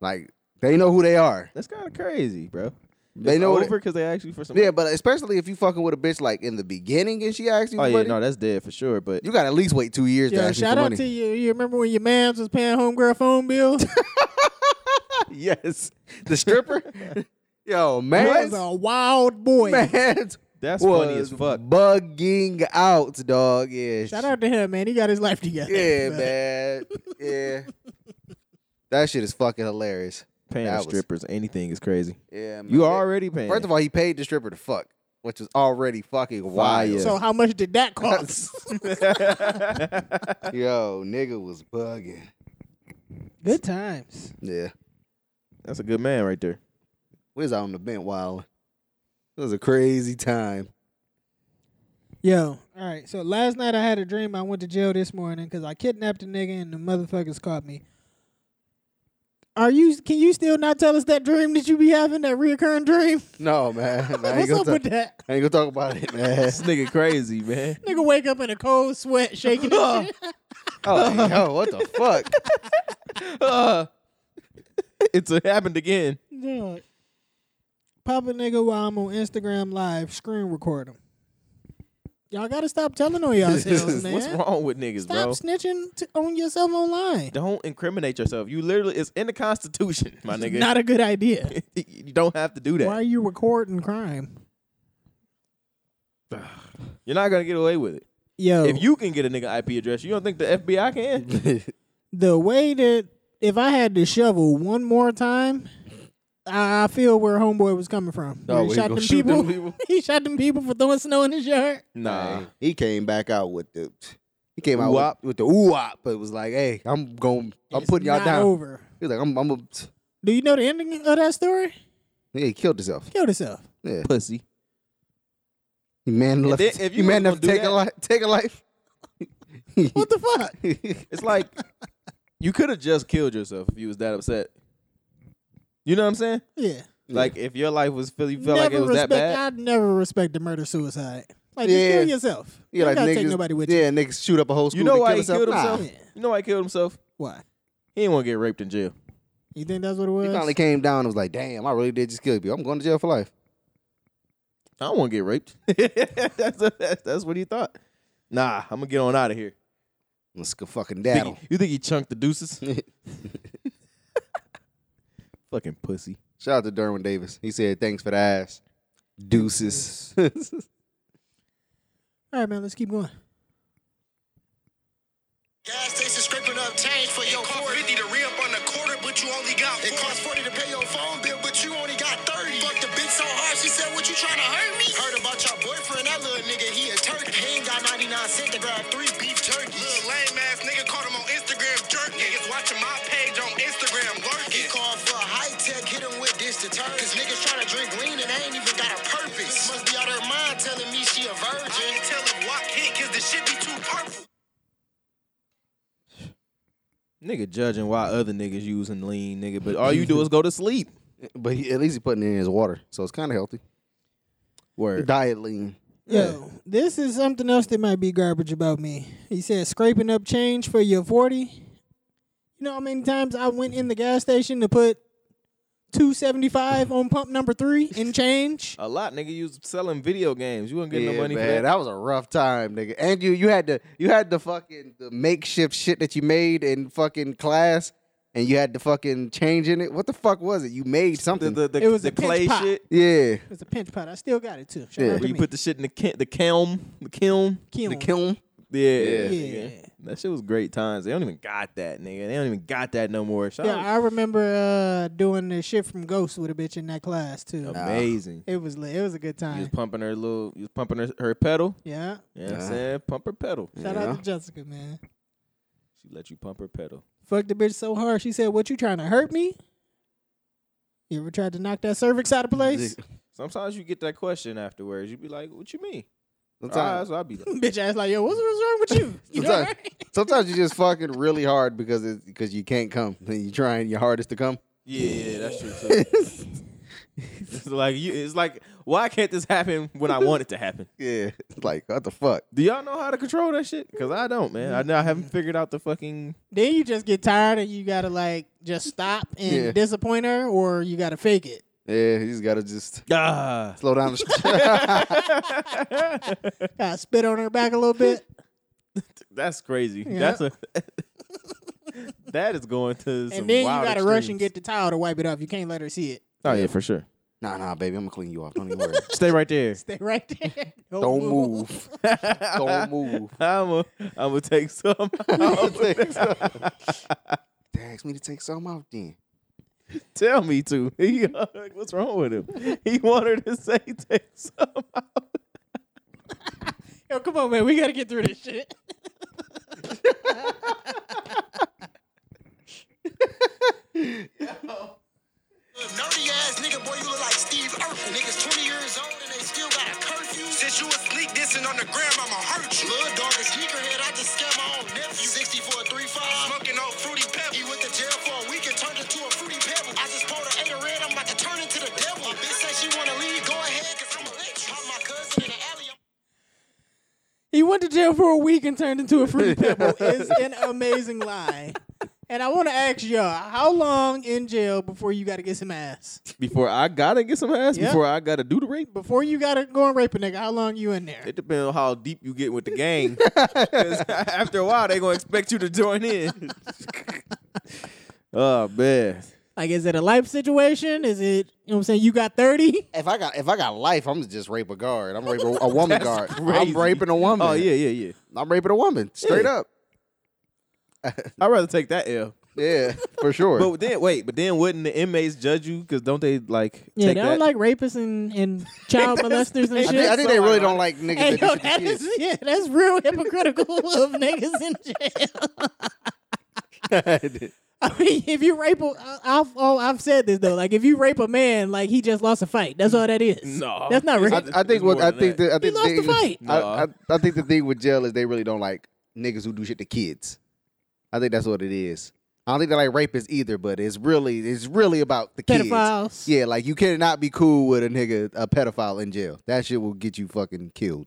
[SPEAKER 1] Like they know who they are.
[SPEAKER 3] That's kind of crazy, bro.
[SPEAKER 1] They
[SPEAKER 3] It's
[SPEAKER 1] know what it-
[SPEAKER 3] over because they asked you for some.
[SPEAKER 1] Yeah, but especially if you fucking with a bitch like in the beginning and she asks you
[SPEAKER 3] oh
[SPEAKER 1] for
[SPEAKER 3] yeah,
[SPEAKER 1] money,
[SPEAKER 3] no, that's dead for sure. But
[SPEAKER 1] you got to at least wait two years to
[SPEAKER 2] Yeah,
[SPEAKER 1] ask me
[SPEAKER 2] shout out
[SPEAKER 1] for money.
[SPEAKER 2] to you. You remember when your mans was paying homegirl phone bill? that
[SPEAKER 1] yes, the stripper. Yo,
[SPEAKER 2] was
[SPEAKER 1] man's
[SPEAKER 2] a wild boy.
[SPEAKER 1] man's
[SPEAKER 3] that's
[SPEAKER 1] was
[SPEAKER 3] funny as fuck.
[SPEAKER 1] bugging out, dog. Yeah,
[SPEAKER 2] Shout out to him, man. He got his life together.
[SPEAKER 1] Yeah,
[SPEAKER 2] But
[SPEAKER 1] man. Yeah, that shit is fucking hilarious.
[SPEAKER 3] Paying
[SPEAKER 1] That
[SPEAKER 3] the
[SPEAKER 1] was-
[SPEAKER 3] strippers, anything is crazy.
[SPEAKER 1] Yeah, man.
[SPEAKER 3] You already paying.
[SPEAKER 1] First of all, he paid the stripper to fuck, which was already fucking wild.
[SPEAKER 3] Fire.
[SPEAKER 2] So how much did that cost?
[SPEAKER 1] Yo, nigga was bugging.
[SPEAKER 2] Good times.
[SPEAKER 1] Yeah.
[SPEAKER 3] that's a good man right there.
[SPEAKER 1] We was out on the bent wild. It was a crazy time.
[SPEAKER 2] Yo, all right. So last night I had a dream. I went to jail this morning because I kidnapped a nigga and the motherfuckers caught me. Are you? Can you still not tell us that dream that you be having? That reoccurring dream?
[SPEAKER 1] No, man. I ain't,
[SPEAKER 2] What's
[SPEAKER 1] gonna
[SPEAKER 2] up
[SPEAKER 1] talk,
[SPEAKER 2] with that?
[SPEAKER 1] I ain't gonna talk about it, man.
[SPEAKER 3] This nigga crazy, man.
[SPEAKER 2] Nigga wake up in a cold sweat, shaking. his shit.
[SPEAKER 1] Oh, yo, what the fuck?
[SPEAKER 3] it's it happened again.
[SPEAKER 2] Dog. Pop a nigga while I'm on Instagram live, screen record him. Y'all gotta stop telling on yourselves, man.
[SPEAKER 3] What's wrong with niggas,
[SPEAKER 2] Stop
[SPEAKER 3] bro?
[SPEAKER 2] snitching to, on yourself online.
[SPEAKER 3] Don't incriminate yourself. You literally it's in the Constitution, my nigga.
[SPEAKER 2] Not a good idea.
[SPEAKER 3] you don't have to do that.
[SPEAKER 2] Why are you recording crime?
[SPEAKER 3] You're not gonna get away with it.
[SPEAKER 2] Yo,
[SPEAKER 3] If you can get a nigga IP address, you don't think the FBI can?
[SPEAKER 2] the way that if I had to shovel one more time, I I feel where homeboy was coming from.
[SPEAKER 1] Oh,
[SPEAKER 2] he
[SPEAKER 1] he
[SPEAKER 2] shot
[SPEAKER 1] gonna
[SPEAKER 2] them
[SPEAKER 1] shoot them
[SPEAKER 2] people. he shot them people for throwing snow in his yard.
[SPEAKER 3] nah.
[SPEAKER 1] He came back out with the he came out
[SPEAKER 3] Wop.
[SPEAKER 1] with, with the ooh wop, but it was like, hey, I'm going I'm
[SPEAKER 2] It's
[SPEAKER 1] putting y'all
[SPEAKER 2] not
[SPEAKER 1] down.
[SPEAKER 2] Over.
[SPEAKER 1] He was like, I'm I'm a,
[SPEAKER 2] Do you know the ending of that story?
[SPEAKER 1] yeah, he killed himself.
[SPEAKER 2] Killed himself.
[SPEAKER 1] Yeah.
[SPEAKER 3] Pussy.
[SPEAKER 1] He man left
[SPEAKER 3] then if
[SPEAKER 1] he
[SPEAKER 3] you
[SPEAKER 1] man
[SPEAKER 3] was
[SPEAKER 1] left
[SPEAKER 3] gonna
[SPEAKER 1] take
[SPEAKER 3] do
[SPEAKER 1] a life take a life.
[SPEAKER 2] What the fuck?
[SPEAKER 3] It's like You could have just killed yourself if you was that upset. You know what I'm saying?
[SPEAKER 2] Yeah.
[SPEAKER 3] Like if your life was feel, you felt
[SPEAKER 2] never
[SPEAKER 3] like it was
[SPEAKER 2] respect,
[SPEAKER 3] that bad.
[SPEAKER 2] I'd never respect the murder suicide. Like you kill
[SPEAKER 1] Yeah.
[SPEAKER 2] yourself.
[SPEAKER 1] Yeah,
[SPEAKER 2] you
[SPEAKER 1] like
[SPEAKER 2] gotta
[SPEAKER 1] niggas,
[SPEAKER 2] take nobody with you.
[SPEAKER 1] yeah, niggas shoot up a whole school.
[SPEAKER 3] you know
[SPEAKER 1] to
[SPEAKER 3] why
[SPEAKER 1] kill
[SPEAKER 3] he killed himself?
[SPEAKER 2] Nah.
[SPEAKER 3] You know why he killed himself?
[SPEAKER 2] Why?
[SPEAKER 3] He didn't want to get raped in jail.
[SPEAKER 2] You think that's what it
[SPEAKER 1] Nah.
[SPEAKER 2] was?
[SPEAKER 1] He finally came down and was like, "Damn, I really did just kill you. I'm going to jail for life."
[SPEAKER 3] I don't want to get raped. that's, that's that's what he thought. Nah, I'm gonna get on out of here.
[SPEAKER 1] Let's go fucking
[SPEAKER 3] Think
[SPEAKER 1] daddle.
[SPEAKER 3] he- you think he chunked the deuces? Fucking pussy.
[SPEAKER 1] Shout out to Derwin Davis. He said, "Thanks for the ass, deuces."
[SPEAKER 2] All right, man. Let's keep going.
[SPEAKER 4] Gas station scraping up change for your
[SPEAKER 5] Cost
[SPEAKER 4] quarter.
[SPEAKER 5] 50 to re up on the quarter, but you only got
[SPEAKER 4] It
[SPEAKER 5] four.
[SPEAKER 4] costs 40 to pay your phone bill, but you only got 30. Fuck the bitch so hard, she said, What you trying to hurt me? Heard about your boyfriend, that little nigga, he a turkey. He ain't got 99 cents to grab three beef
[SPEAKER 5] Little
[SPEAKER 4] turkeys.
[SPEAKER 5] lame ass nigga caught him on Instagram jerking. Niggas watching my page on Instagram
[SPEAKER 4] He
[SPEAKER 5] lurking.
[SPEAKER 4] called for a high tech, hit him with this deterrent. Cause niggas trying to drink lean and they ain't even got a purpose. Bitch must be out her mind telling me she a
[SPEAKER 5] I
[SPEAKER 4] virgin.
[SPEAKER 5] can tell if Watt hit, cause the shit be too purple.
[SPEAKER 3] Nigga judging why other niggas using lean, nigga, but all you do is go to sleep.
[SPEAKER 1] but he, at least he putting in his water, so it's kind of healthy.
[SPEAKER 3] Word.
[SPEAKER 1] Diet lean.
[SPEAKER 2] Yo, this is something else that might be garbage about me. He said scraping up change for your forty. You know how many times I went in the gas station to put two seventy five on pump number three in change?
[SPEAKER 3] A lot, nigga, you was selling video games. You wasn't getting
[SPEAKER 1] Yeah,
[SPEAKER 3] no money
[SPEAKER 1] man,
[SPEAKER 3] for that.
[SPEAKER 1] that was a rough time, nigga. And you, you had to, you had the fucking the makeshift shit that you made in fucking class, and you had to fucking change in it. What the fuck was it? You made
[SPEAKER 3] The,
[SPEAKER 1] something.
[SPEAKER 3] the, the,
[SPEAKER 2] It was
[SPEAKER 3] the
[SPEAKER 2] a pinch
[SPEAKER 3] clay
[SPEAKER 2] pot.
[SPEAKER 3] shit.
[SPEAKER 1] yeah,
[SPEAKER 2] It's a pinch pot. I still got it too. Shout
[SPEAKER 1] Yeah.
[SPEAKER 2] out to
[SPEAKER 3] Where you
[SPEAKER 2] me.
[SPEAKER 3] put the shit in the ki- the kiln, the kiln.
[SPEAKER 1] the
[SPEAKER 2] Kiln.
[SPEAKER 1] kiln.
[SPEAKER 3] Yeah,
[SPEAKER 1] Yeah.
[SPEAKER 2] Yeah.
[SPEAKER 3] That shit was great times. They don't even got that, nigga. They don't even got that no more. Shout
[SPEAKER 2] Yeah,
[SPEAKER 3] out-
[SPEAKER 2] I remember uh, doing the shit from Ghost with a bitch in that class too.
[SPEAKER 3] Amazing.
[SPEAKER 2] It was lit. It was a good
[SPEAKER 3] You was
[SPEAKER 2] time.
[SPEAKER 3] pumping her little, you was pumping her, her pedal.
[SPEAKER 2] Yeah.
[SPEAKER 3] You know what I'm
[SPEAKER 1] Yeah.
[SPEAKER 3] saying? Pump her pedal.
[SPEAKER 2] Shout
[SPEAKER 1] Yeah.
[SPEAKER 2] out to Jessica, man.
[SPEAKER 3] She let you pump her pedal.
[SPEAKER 2] Fuck the bitch so hard. She said, "What you trying to hurt me? You ever tried to knock that cervix out of place?"
[SPEAKER 3] Sometimes you get that question afterwards. You be like, "What you mean?"
[SPEAKER 1] Sometimes,
[SPEAKER 3] Ah, that's what I be like.
[SPEAKER 2] bitch ass like, "Yo, what's, what's wrong with you?" You all
[SPEAKER 1] Sometimes-
[SPEAKER 2] right?
[SPEAKER 1] sometimes you just fucking really hard because it, because you can't come. And you trying your hardest to come.
[SPEAKER 3] Yeah, that's true too. it's like you. It's like, why can't this happen when I want it to happen?
[SPEAKER 1] Yeah, it's like what the fuck.
[SPEAKER 3] Do y'all know how to control that shit? Because I don't, man. I, know I haven't figured out the fucking.
[SPEAKER 2] Then you just get tired and you gotta like just stop and
[SPEAKER 1] Yeah.
[SPEAKER 2] disappoint her, or you gotta fake it.
[SPEAKER 1] Yeah, you just gotta just
[SPEAKER 3] Ah,
[SPEAKER 1] slow down. The
[SPEAKER 2] Gotta spit on her back a little bit.
[SPEAKER 3] that's crazy.
[SPEAKER 2] Yeah.
[SPEAKER 3] That's a. that is going to. some
[SPEAKER 2] and then you
[SPEAKER 3] wild
[SPEAKER 2] gotta rush
[SPEAKER 3] extremes.
[SPEAKER 2] and get the towel to wipe it off. You can't let her see it.
[SPEAKER 3] Oh yeah, for sure.
[SPEAKER 1] nah, nah, baby, I'm gonna clean you off. Don't even worry.
[SPEAKER 3] Stay right there.
[SPEAKER 2] Stay right there.
[SPEAKER 1] Don't move. Don't move.
[SPEAKER 3] I'm gonna I'm take some.
[SPEAKER 1] Oh, They asked me to take some out then.
[SPEAKER 3] Tell me to. He, like, what's wrong with him? He wanted to say take some out.
[SPEAKER 2] Yo, come on, man. We gotta get through this shit.
[SPEAKER 4] Nerdy ass nigga, boy, you look like Steve Urkel. Niggas 20 years old and they still got a curfew.
[SPEAKER 5] Since you a sneak dissing on the gram, I'ma hurt you.
[SPEAKER 4] Little dog is sneakerhead, I just scam my own nephew. 6435.
[SPEAKER 5] Smoking on fruity pebble.
[SPEAKER 4] He went to jail for a week and turned into a fruity pebble. I just pulled her eight of red, I'm about to turn into the devil. My bitch say she wanna leave, go ahead, cause I'm a lich. Caught my cousin in the alley. I'm
[SPEAKER 2] He went to jail for a week and turned into a fruit pebble is an amazing lie. And I want to ask y'all, how long in jail before you got to get some ass?
[SPEAKER 3] Before I gotta get some ass.
[SPEAKER 2] Yeah.
[SPEAKER 3] Before I gotta do the rape.
[SPEAKER 2] Before you got to go and rape a nigga, how long you in there?
[SPEAKER 3] It depends on how deep you get with the gang. 'Cause after a while, they gonna expect you to join in. oh man,
[SPEAKER 2] Like, is it a life situation? Is it, you know what I'm saying, you got 30?
[SPEAKER 1] If I got if I got life, I'm just rape a guard. I'm raping a woman guard. I'm
[SPEAKER 3] crazy.
[SPEAKER 1] raping a woman.
[SPEAKER 3] Oh yeah, yeah, yeah.
[SPEAKER 1] I'm raping a woman. Straight
[SPEAKER 3] Yeah.
[SPEAKER 1] up.
[SPEAKER 3] I'd rather take that L.
[SPEAKER 1] Yeah, for sure.
[SPEAKER 3] But then wait, but then wouldn't the inmates judge you? Because don't they like?
[SPEAKER 2] Yeah,
[SPEAKER 3] take
[SPEAKER 2] they
[SPEAKER 3] that?
[SPEAKER 2] don't like rapists and, and child molesters and
[SPEAKER 1] I think,
[SPEAKER 2] shit.
[SPEAKER 1] I think they really don't like niggas
[SPEAKER 2] Hey,
[SPEAKER 1] that do
[SPEAKER 2] yo,
[SPEAKER 1] shit to
[SPEAKER 2] that
[SPEAKER 1] kids.
[SPEAKER 2] is, yeah, that's real hypocritical of niggas in jail. I mean, if you rape, a, I- I've oh, I've said this though. Like, if you rape a man, like he just lost a fight. That's all that is.
[SPEAKER 3] No.
[SPEAKER 2] that's not rape.
[SPEAKER 1] I, I think what I
[SPEAKER 3] It's more
[SPEAKER 1] think
[SPEAKER 3] than
[SPEAKER 1] the, I think
[SPEAKER 2] lost the
[SPEAKER 1] thing-
[SPEAKER 2] fight.
[SPEAKER 1] I, I, I think the thing with jail is they really don't like niggas who do shit to kids. I think that's what it is. I don't think they like rapists either, but it's really it's really about the kids.
[SPEAKER 2] Pedophiles.
[SPEAKER 1] Yeah, like you cannot be cool with a nigga a pedophile in jail. That shit will get you fucking killed.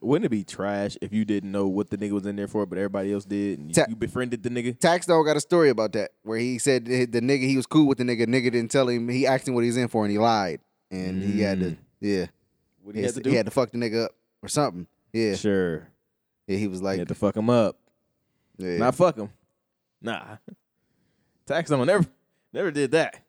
[SPEAKER 3] Wouldn't it be trash if you didn't know what the nigga was in there for, but everybody else did, and you,
[SPEAKER 1] Ta-
[SPEAKER 3] you befriended the nigga?
[SPEAKER 1] Tax Dog got a story about that where he said that the nigga he was cool with the nigga nigga didn't tell him he asked him what he's in for and he lied and he had to yeah
[SPEAKER 3] Mm. What he had to do?
[SPEAKER 1] he had to fuck the nigga up or something yeah,
[SPEAKER 3] Sure,
[SPEAKER 1] yeah he was
[SPEAKER 3] he
[SPEAKER 1] like
[SPEAKER 3] had to fuck him up.
[SPEAKER 1] yeah.
[SPEAKER 3] Not fuck him. Nah, tax someone never, never did that.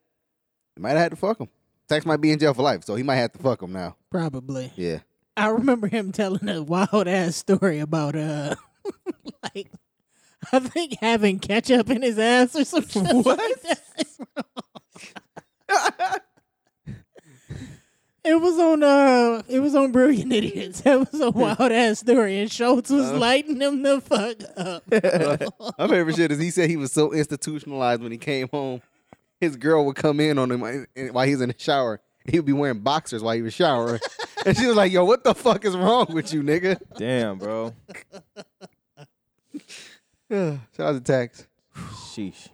[SPEAKER 1] might have had to fuck him Tax might be in jail for life so he might have to fuck him now
[SPEAKER 2] Probably.
[SPEAKER 1] yeah
[SPEAKER 2] I remember him telling a wild ass story about uh like I think having ketchup in his ass or something. What? it was on uh it was on Brilliant Idiots. That was a wild ass story and Schultz was lighting him the fuck up.
[SPEAKER 1] my favorite shit is he said he was so institutionalized when he came home his girl would come in on him and- and while he's in the shower he would be wearing boxers while he was showering and she was like yo what the fuck is wrong with you nigga
[SPEAKER 3] Damn, bro.
[SPEAKER 1] shout out to Tax
[SPEAKER 3] Sheesh.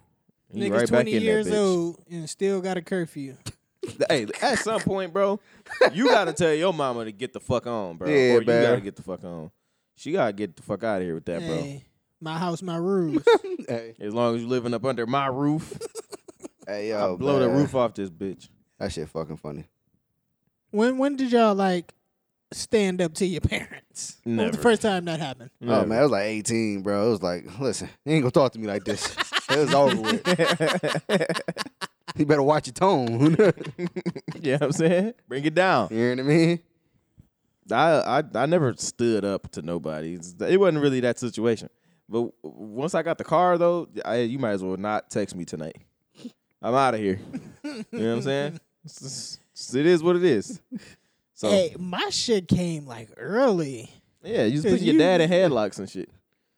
[SPEAKER 3] You
[SPEAKER 2] Niggas
[SPEAKER 3] right back
[SPEAKER 2] twenty
[SPEAKER 3] in
[SPEAKER 2] years
[SPEAKER 3] that bitch.
[SPEAKER 2] old and still got a curfew.
[SPEAKER 3] Hey, at some point, bro, you gotta tell your mama to get the fuck on, bro.
[SPEAKER 1] Yeah,
[SPEAKER 3] or you
[SPEAKER 1] bro.
[SPEAKER 3] gotta get the fuck on. She gotta get the fuck out of here with that, bro.
[SPEAKER 2] Hey, my house, my rules.
[SPEAKER 1] hey
[SPEAKER 3] As long as you living up under my roof,
[SPEAKER 1] hey yo
[SPEAKER 3] I'll blow the
[SPEAKER 1] Oh, man.
[SPEAKER 3] roof off this bitch.
[SPEAKER 1] that shit fucking funny
[SPEAKER 2] when when did y'all like stand up to your parents? When was
[SPEAKER 3] Never.
[SPEAKER 2] the first time that happened?
[SPEAKER 1] Oh man, I was like 18, bro. It was like, listen, you ain't gonna talk to me like this. it was over with. you better watch your tone.
[SPEAKER 3] Yeah, I'm saying, bring it down.
[SPEAKER 1] you hear what I mean?
[SPEAKER 3] I, I I never stood up to nobody. It's- It wasn't really that situation. But w- once I got the car though, I, you might as well not text me tonight. I'm out of here. you know what I'm saying? It's- it's- It is what it is. So
[SPEAKER 2] Hey, my shit came like early.
[SPEAKER 3] yeah, you just
[SPEAKER 2] 'cause
[SPEAKER 3] put your
[SPEAKER 2] you-
[SPEAKER 3] dad in headlocks and shit.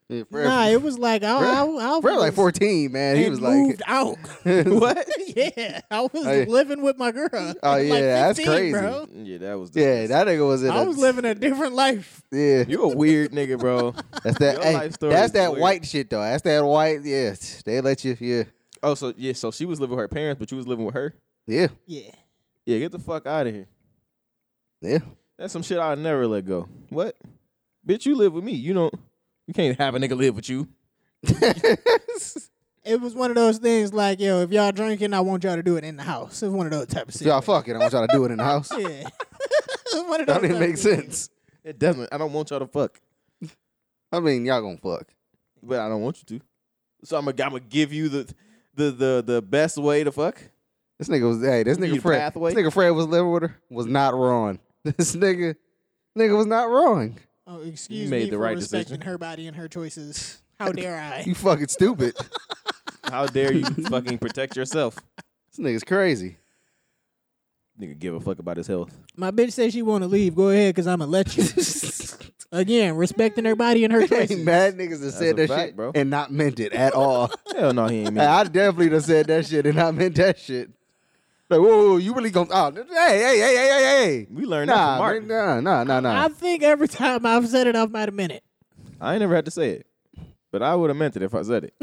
[SPEAKER 1] Yeah, Fred,
[SPEAKER 2] Nah, it was like I, I, I,
[SPEAKER 1] Fred
[SPEAKER 2] was
[SPEAKER 1] like 14, man. He
[SPEAKER 2] had
[SPEAKER 1] was
[SPEAKER 2] moved
[SPEAKER 1] like,
[SPEAKER 2] out.
[SPEAKER 3] what?
[SPEAKER 2] yeah, I was
[SPEAKER 1] Hey.
[SPEAKER 2] living with my girl. Oh
[SPEAKER 1] yeah, that's crazy.
[SPEAKER 2] Bro.
[SPEAKER 3] Yeah, that was.
[SPEAKER 1] yeah,
[SPEAKER 3] disgusting.
[SPEAKER 1] that nigga was in.
[SPEAKER 2] I
[SPEAKER 1] a-
[SPEAKER 2] was living a different life.
[SPEAKER 1] Yeah,
[SPEAKER 3] You a weird nigga, bro.
[SPEAKER 1] that's that.
[SPEAKER 3] your
[SPEAKER 1] hey,
[SPEAKER 3] life story
[SPEAKER 1] that's
[SPEAKER 3] is
[SPEAKER 1] that
[SPEAKER 3] weird.
[SPEAKER 1] white shit though. That's that white. Yeah, they let you. Yeah,
[SPEAKER 3] Oh, so yeah, so she was living with her parents, but you was living with her.
[SPEAKER 1] yeah,
[SPEAKER 2] Yeah,
[SPEAKER 3] Yeah, get the fuck out of here.
[SPEAKER 1] yeah.
[SPEAKER 3] That's some shit I'll never let go. What? Bitch, you live with me. You don't. You can't have a nigga live with you.
[SPEAKER 2] it was one of those things like yo, if y'all drinking, I want y'all to do it in the house. It was one of those type of shit.
[SPEAKER 1] Y'all fuck it. I'm gonna try to do it in the house.
[SPEAKER 2] Yeah, It was one of
[SPEAKER 1] That
[SPEAKER 2] those
[SPEAKER 1] didn't
[SPEAKER 2] type
[SPEAKER 1] make
[SPEAKER 2] of shit.
[SPEAKER 1] sense.
[SPEAKER 3] It doesn't. I don't want y'all to fuck,
[SPEAKER 1] I mean, y'all gonna fuck.
[SPEAKER 3] but I don't want you to. So I'm gonna I'm gonna give you the the the the best way to fuck.
[SPEAKER 1] This nigga was hey, this
[SPEAKER 3] need
[SPEAKER 1] nigga
[SPEAKER 3] a
[SPEAKER 1] Fred.
[SPEAKER 3] pathway?
[SPEAKER 1] This nigga Fred was living with her, was not wrong. This nigga nigga was not wrong.
[SPEAKER 2] Oh, excuse
[SPEAKER 3] made
[SPEAKER 2] me
[SPEAKER 3] the
[SPEAKER 2] for
[SPEAKER 3] right
[SPEAKER 2] respecting
[SPEAKER 3] decision.
[SPEAKER 2] her body and her choices. How dare I?
[SPEAKER 1] You fucking stupid.
[SPEAKER 3] How dare you fucking protect yourself?
[SPEAKER 1] this nigga's crazy.
[SPEAKER 3] Nigga, give a fuck about his health.
[SPEAKER 2] My bitch says she want to leave. Go ahead, cause I'ma let you. Again, respecting her body and her
[SPEAKER 1] Hey,
[SPEAKER 2] choices.
[SPEAKER 1] mad niggas that said that
[SPEAKER 3] a fact,
[SPEAKER 1] shit
[SPEAKER 3] bro.
[SPEAKER 1] and not meant it at all.
[SPEAKER 3] Hell no, he ain't mean.
[SPEAKER 1] Hey, I definitely done said that shit and not meant that shit. Like, whoa, whoa, whoa, you really gonna? Oh, hey, hey, hey, hey, hey, hey.
[SPEAKER 3] it. we learned that from
[SPEAKER 1] Nah,
[SPEAKER 3] Martin.
[SPEAKER 1] man, nah, nah, nah, nah.
[SPEAKER 2] I think every time I've said it, I've might have meant it.
[SPEAKER 3] I ain't never had to say it, but I would have meant it if I said it.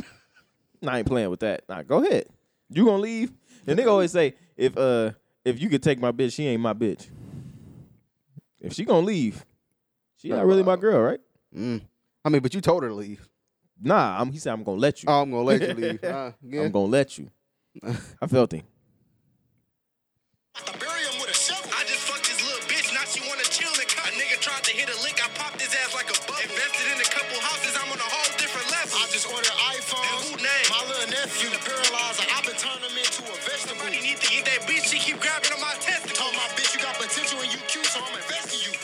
[SPEAKER 3] I ain't playing with that. Nah, go ahead. You gonna leave? The nigga always say, if uh, if you could take my bitch, she ain't my bitch. If she gonna leave, she not really my girl, right?
[SPEAKER 1] I mean, but you told her to leave.
[SPEAKER 3] Nah, I'm, he said I'm gonna let you.
[SPEAKER 1] Oh, I'm gonna let you leave. Uh, yeah.
[SPEAKER 3] I'm gonna let you. I felt him.
[SPEAKER 4] I bury him with a shovel.
[SPEAKER 5] I just fucked this little bitch, now she wanna chill and cut. A nigga tried to hit a lick, I popped his ass like a bubble. Invested in a couple houses, I'm on a whole different level.
[SPEAKER 4] I just ordered iPhones.
[SPEAKER 5] And who name?
[SPEAKER 4] My little nephew, the paralyzer. I've been turning him into a vegetable.
[SPEAKER 5] Somebody need to get that bitch, she keep grabbing on my testicle.
[SPEAKER 4] Told my bitch you got potential and you cute, so I'm investing you.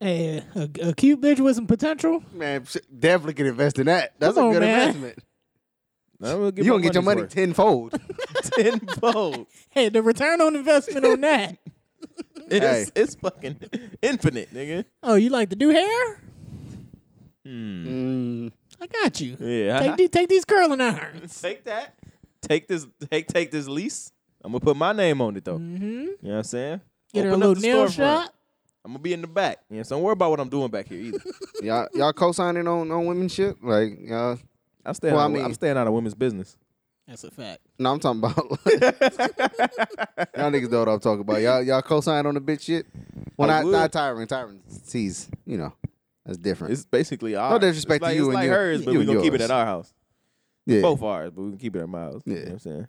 [SPEAKER 2] Hey, a, a cute bitch with some potential.
[SPEAKER 1] Man, sh- definitely can invest in that. That's
[SPEAKER 2] Come
[SPEAKER 1] a
[SPEAKER 2] on,
[SPEAKER 1] good
[SPEAKER 2] man.
[SPEAKER 1] investment.
[SPEAKER 3] I'm gonna give
[SPEAKER 1] You
[SPEAKER 3] my
[SPEAKER 1] gonna get your money
[SPEAKER 3] money's
[SPEAKER 1] tenfold.
[SPEAKER 3] worth. tenfold.
[SPEAKER 2] Hey, the return on investment on that.
[SPEAKER 3] It's, it's fucking infinite, nigga.
[SPEAKER 2] Oh, you like to do hair?
[SPEAKER 1] Mm.
[SPEAKER 2] I got you.
[SPEAKER 3] Yeah.
[SPEAKER 2] Take, the- take these curling irons.
[SPEAKER 3] Take that. Take this. Take take this lease. I'm gonna put my name on it though. Mm-hmm. You know what I'm saying?
[SPEAKER 2] Get her a
[SPEAKER 3] Open up
[SPEAKER 2] little
[SPEAKER 3] the
[SPEAKER 2] nail
[SPEAKER 3] storefront.
[SPEAKER 2] shop.
[SPEAKER 3] I'm gonna be in the back. Yeah, so don't worry about what I'm doing back here either.
[SPEAKER 1] Y'all, y'all co-signing on on women shit? Like, y'all?
[SPEAKER 3] I'm staying.
[SPEAKER 1] Well, I
[SPEAKER 3] out of,
[SPEAKER 1] mean-
[SPEAKER 3] I'm staying out of women's business.
[SPEAKER 2] That's a fact.
[SPEAKER 1] No, I'm talking about y'all niggas know what I'm talking about. Y'all, y'all co-signed on the bitch shit. Well,
[SPEAKER 3] I
[SPEAKER 1] not
[SPEAKER 3] would.
[SPEAKER 1] not Tyron. Tyron sees, you know, that's different.
[SPEAKER 3] It's basically ours.
[SPEAKER 1] disrespect
[SPEAKER 3] it's like,
[SPEAKER 1] to you
[SPEAKER 3] It's
[SPEAKER 1] and
[SPEAKER 3] like
[SPEAKER 1] your-
[SPEAKER 3] hers, but
[SPEAKER 1] you
[SPEAKER 3] we
[SPEAKER 1] and
[SPEAKER 3] gonna keep it
[SPEAKER 1] yours.
[SPEAKER 3] at our house.
[SPEAKER 1] yeah,
[SPEAKER 3] Both ours, but we can keep it at my house. You
[SPEAKER 1] Yeah.
[SPEAKER 3] know what I'm saying.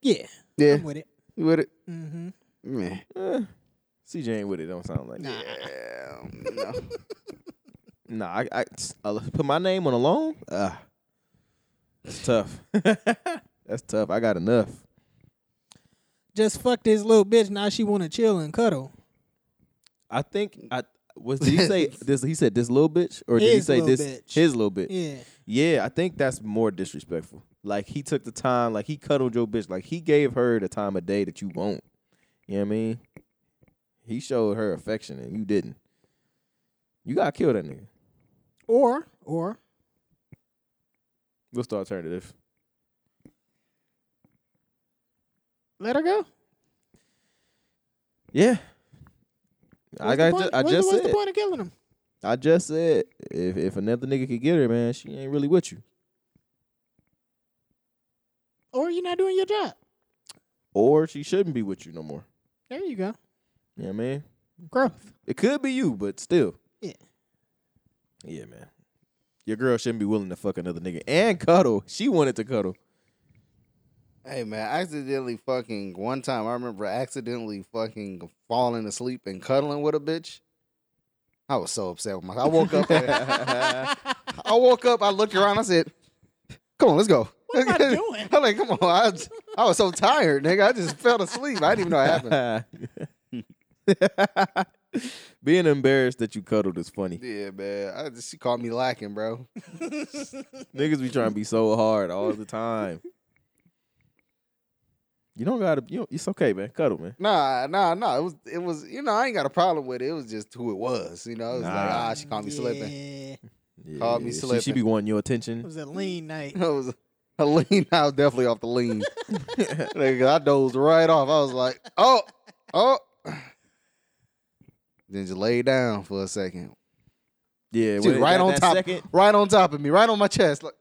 [SPEAKER 2] Yeah,
[SPEAKER 1] yeah.
[SPEAKER 2] I'm with it.
[SPEAKER 1] You with it?
[SPEAKER 2] Mm-hmm.
[SPEAKER 1] Meh.
[SPEAKER 3] Eh, CJ ain't with it. Don't sound like.
[SPEAKER 2] Nah.
[SPEAKER 1] Yeah, no.
[SPEAKER 3] Nah, I, I, I put my name on a loan. Ah, that's tough. that's tough. I got enough.
[SPEAKER 2] Just fuck this little bitch. Now she want to chill and cuddle.
[SPEAKER 3] I think I was. Did he say this? He said this little bitch, or did he
[SPEAKER 2] His
[SPEAKER 3] say
[SPEAKER 2] little
[SPEAKER 3] this
[SPEAKER 2] bitch.
[SPEAKER 3] his little bitch?
[SPEAKER 2] Yeah.
[SPEAKER 3] Yeah, I think that's more disrespectful. Like he took the time, like he cuddled your bitch, like he gave her the time of day that you want. You know what I mean? He showed her affection and you didn't. You gotta kill that nigga.
[SPEAKER 2] Or or
[SPEAKER 3] What's the alternative?
[SPEAKER 2] let her go.
[SPEAKER 3] Yeah. I
[SPEAKER 2] What's the
[SPEAKER 3] got.
[SPEAKER 2] point-
[SPEAKER 3] I
[SPEAKER 2] what's the-
[SPEAKER 3] just
[SPEAKER 2] what's
[SPEAKER 3] said.
[SPEAKER 2] the point of killing him?
[SPEAKER 3] I just said. If if another nigga could get her, man, she ain't really with you.
[SPEAKER 2] Or you're not doing your job.
[SPEAKER 3] Or she shouldn't be with you no more.
[SPEAKER 2] There you go.
[SPEAKER 3] You know what I mean?
[SPEAKER 2] Growth.
[SPEAKER 3] It could be you, but still.
[SPEAKER 2] Yeah.
[SPEAKER 3] Yeah, man. Your girl shouldn't be willing to fuck another nigga and cuddle. She wanted to cuddle.
[SPEAKER 1] Hey man, I accidentally fucking one time I remember accidentally fucking falling asleep and cuddling with a bitch. I was so upset with myself. I woke up. I woke up. I looked around. I said, "Come on, let's go."
[SPEAKER 2] What am I doing?
[SPEAKER 1] I'm like, "Come on!" I, was- I was so tired, nigga. I just fell asleep. I didn't even know it happened.
[SPEAKER 3] Being embarrassed that you cuddled is funny.
[SPEAKER 1] Yeah, man. I just, she called me lacking, bro.
[SPEAKER 3] Niggas be trying to be so hard all the time. You don't gotta. You know, it's okay, man. Cuddle, man.
[SPEAKER 1] Nah, nah, nah. It was, it was. You know, I ain't got a problem with it. It was just who it was. You know, it was like,
[SPEAKER 3] Nah.
[SPEAKER 1] ah, she called me slipping.
[SPEAKER 2] Yeah.
[SPEAKER 3] Yeah,
[SPEAKER 1] Called me
[SPEAKER 3] she- She,
[SPEAKER 1] slipping.
[SPEAKER 3] be wanting your
[SPEAKER 2] It
[SPEAKER 3] attention.
[SPEAKER 2] was a lean night.
[SPEAKER 1] It was a lean. I was definitely off the lean. Nigga, I dozed right off. I was like, oh, oh. Then just lay down for a second.
[SPEAKER 3] Yeah,
[SPEAKER 1] She was
[SPEAKER 3] when-
[SPEAKER 1] right
[SPEAKER 3] that-
[SPEAKER 1] on
[SPEAKER 3] that
[SPEAKER 1] top,
[SPEAKER 3] second-
[SPEAKER 1] right on top of me, right on my chest. Like,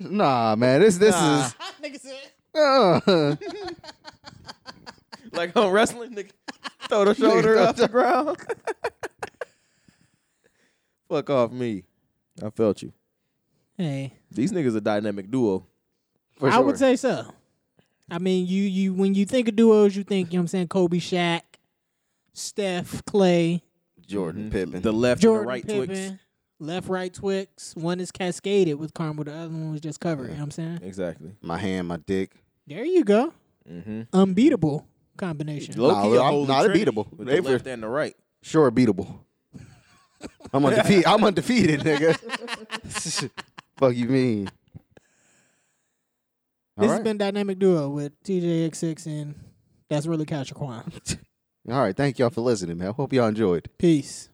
[SPEAKER 1] nah, man, this this
[SPEAKER 3] Nah.
[SPEAKER 1] is.
[SPEAKER 2] Ah, Nigga said,
[SPEAKER 1] Uh,
[SPEAKER 3] like I'm wrestling, nigga. Throw the shoulder off the ground. Fuck off me. I felt you.
[SPEAKER 2] Hey,
[SPEAKER 3] These niggas a dynamic duo.
[SPEAKER 1] for
[SPEAKER 2] I
[SPEAKER 1] sure.
[SPEAKER 2] would say so. I mean, you you when you think of duos, you think you know what I'm saying Kobe, Shaq, Steph, Clay,
[SPEAKER 1] Jordan Pippen.
[SPEAKER 3] Mm-hmm. The left
[SPEAKER 2] Jordan,
[SPEAKER 3] and the right
[SPEAKER 2] Pippen,
[SPEAKER 3] Twix.
[SPEAKER 2] left right Twix. One is cascaded with caramel, the other one was just covered. You know what I'm saying?
[SPEAKER 3] Exactly.
[SPEAKER 1] my hand, my dick.
[SPEAKER 2] There you go.
[SPEAKER 3] Mm-hmm.
[SPEAKER 2] Unbeatable combination.
[SPEAKER 3] Low key,
[SPEAKER 1] Nah,
[SPEAKER 3] a
[SPEAKER 1] I'm
[SPEAKER 3] holy
[SPEAKER 1] not
[SPEAKER 3] trinity
[SPEAKER 1] beatable.
[SPEAKER 3] With
[SPEAKER 1] They
[SPEAKER 3] the left and the right.
[SPEAKER 1] Sure, beatable. I'm undefeated. I'm undefeated, nigga. Fuck you mean? All
[SPEAKER 2] This
[SPEAKER 1] right.
[SPEAKER 2] has been Dynamic Duo with TJX6 and that's really Cash Aquan.
[SPEAKER 1] All right. Thank y'all for listening, man. Hope y'all enjoyed.
[SPEAKER 2] Peace.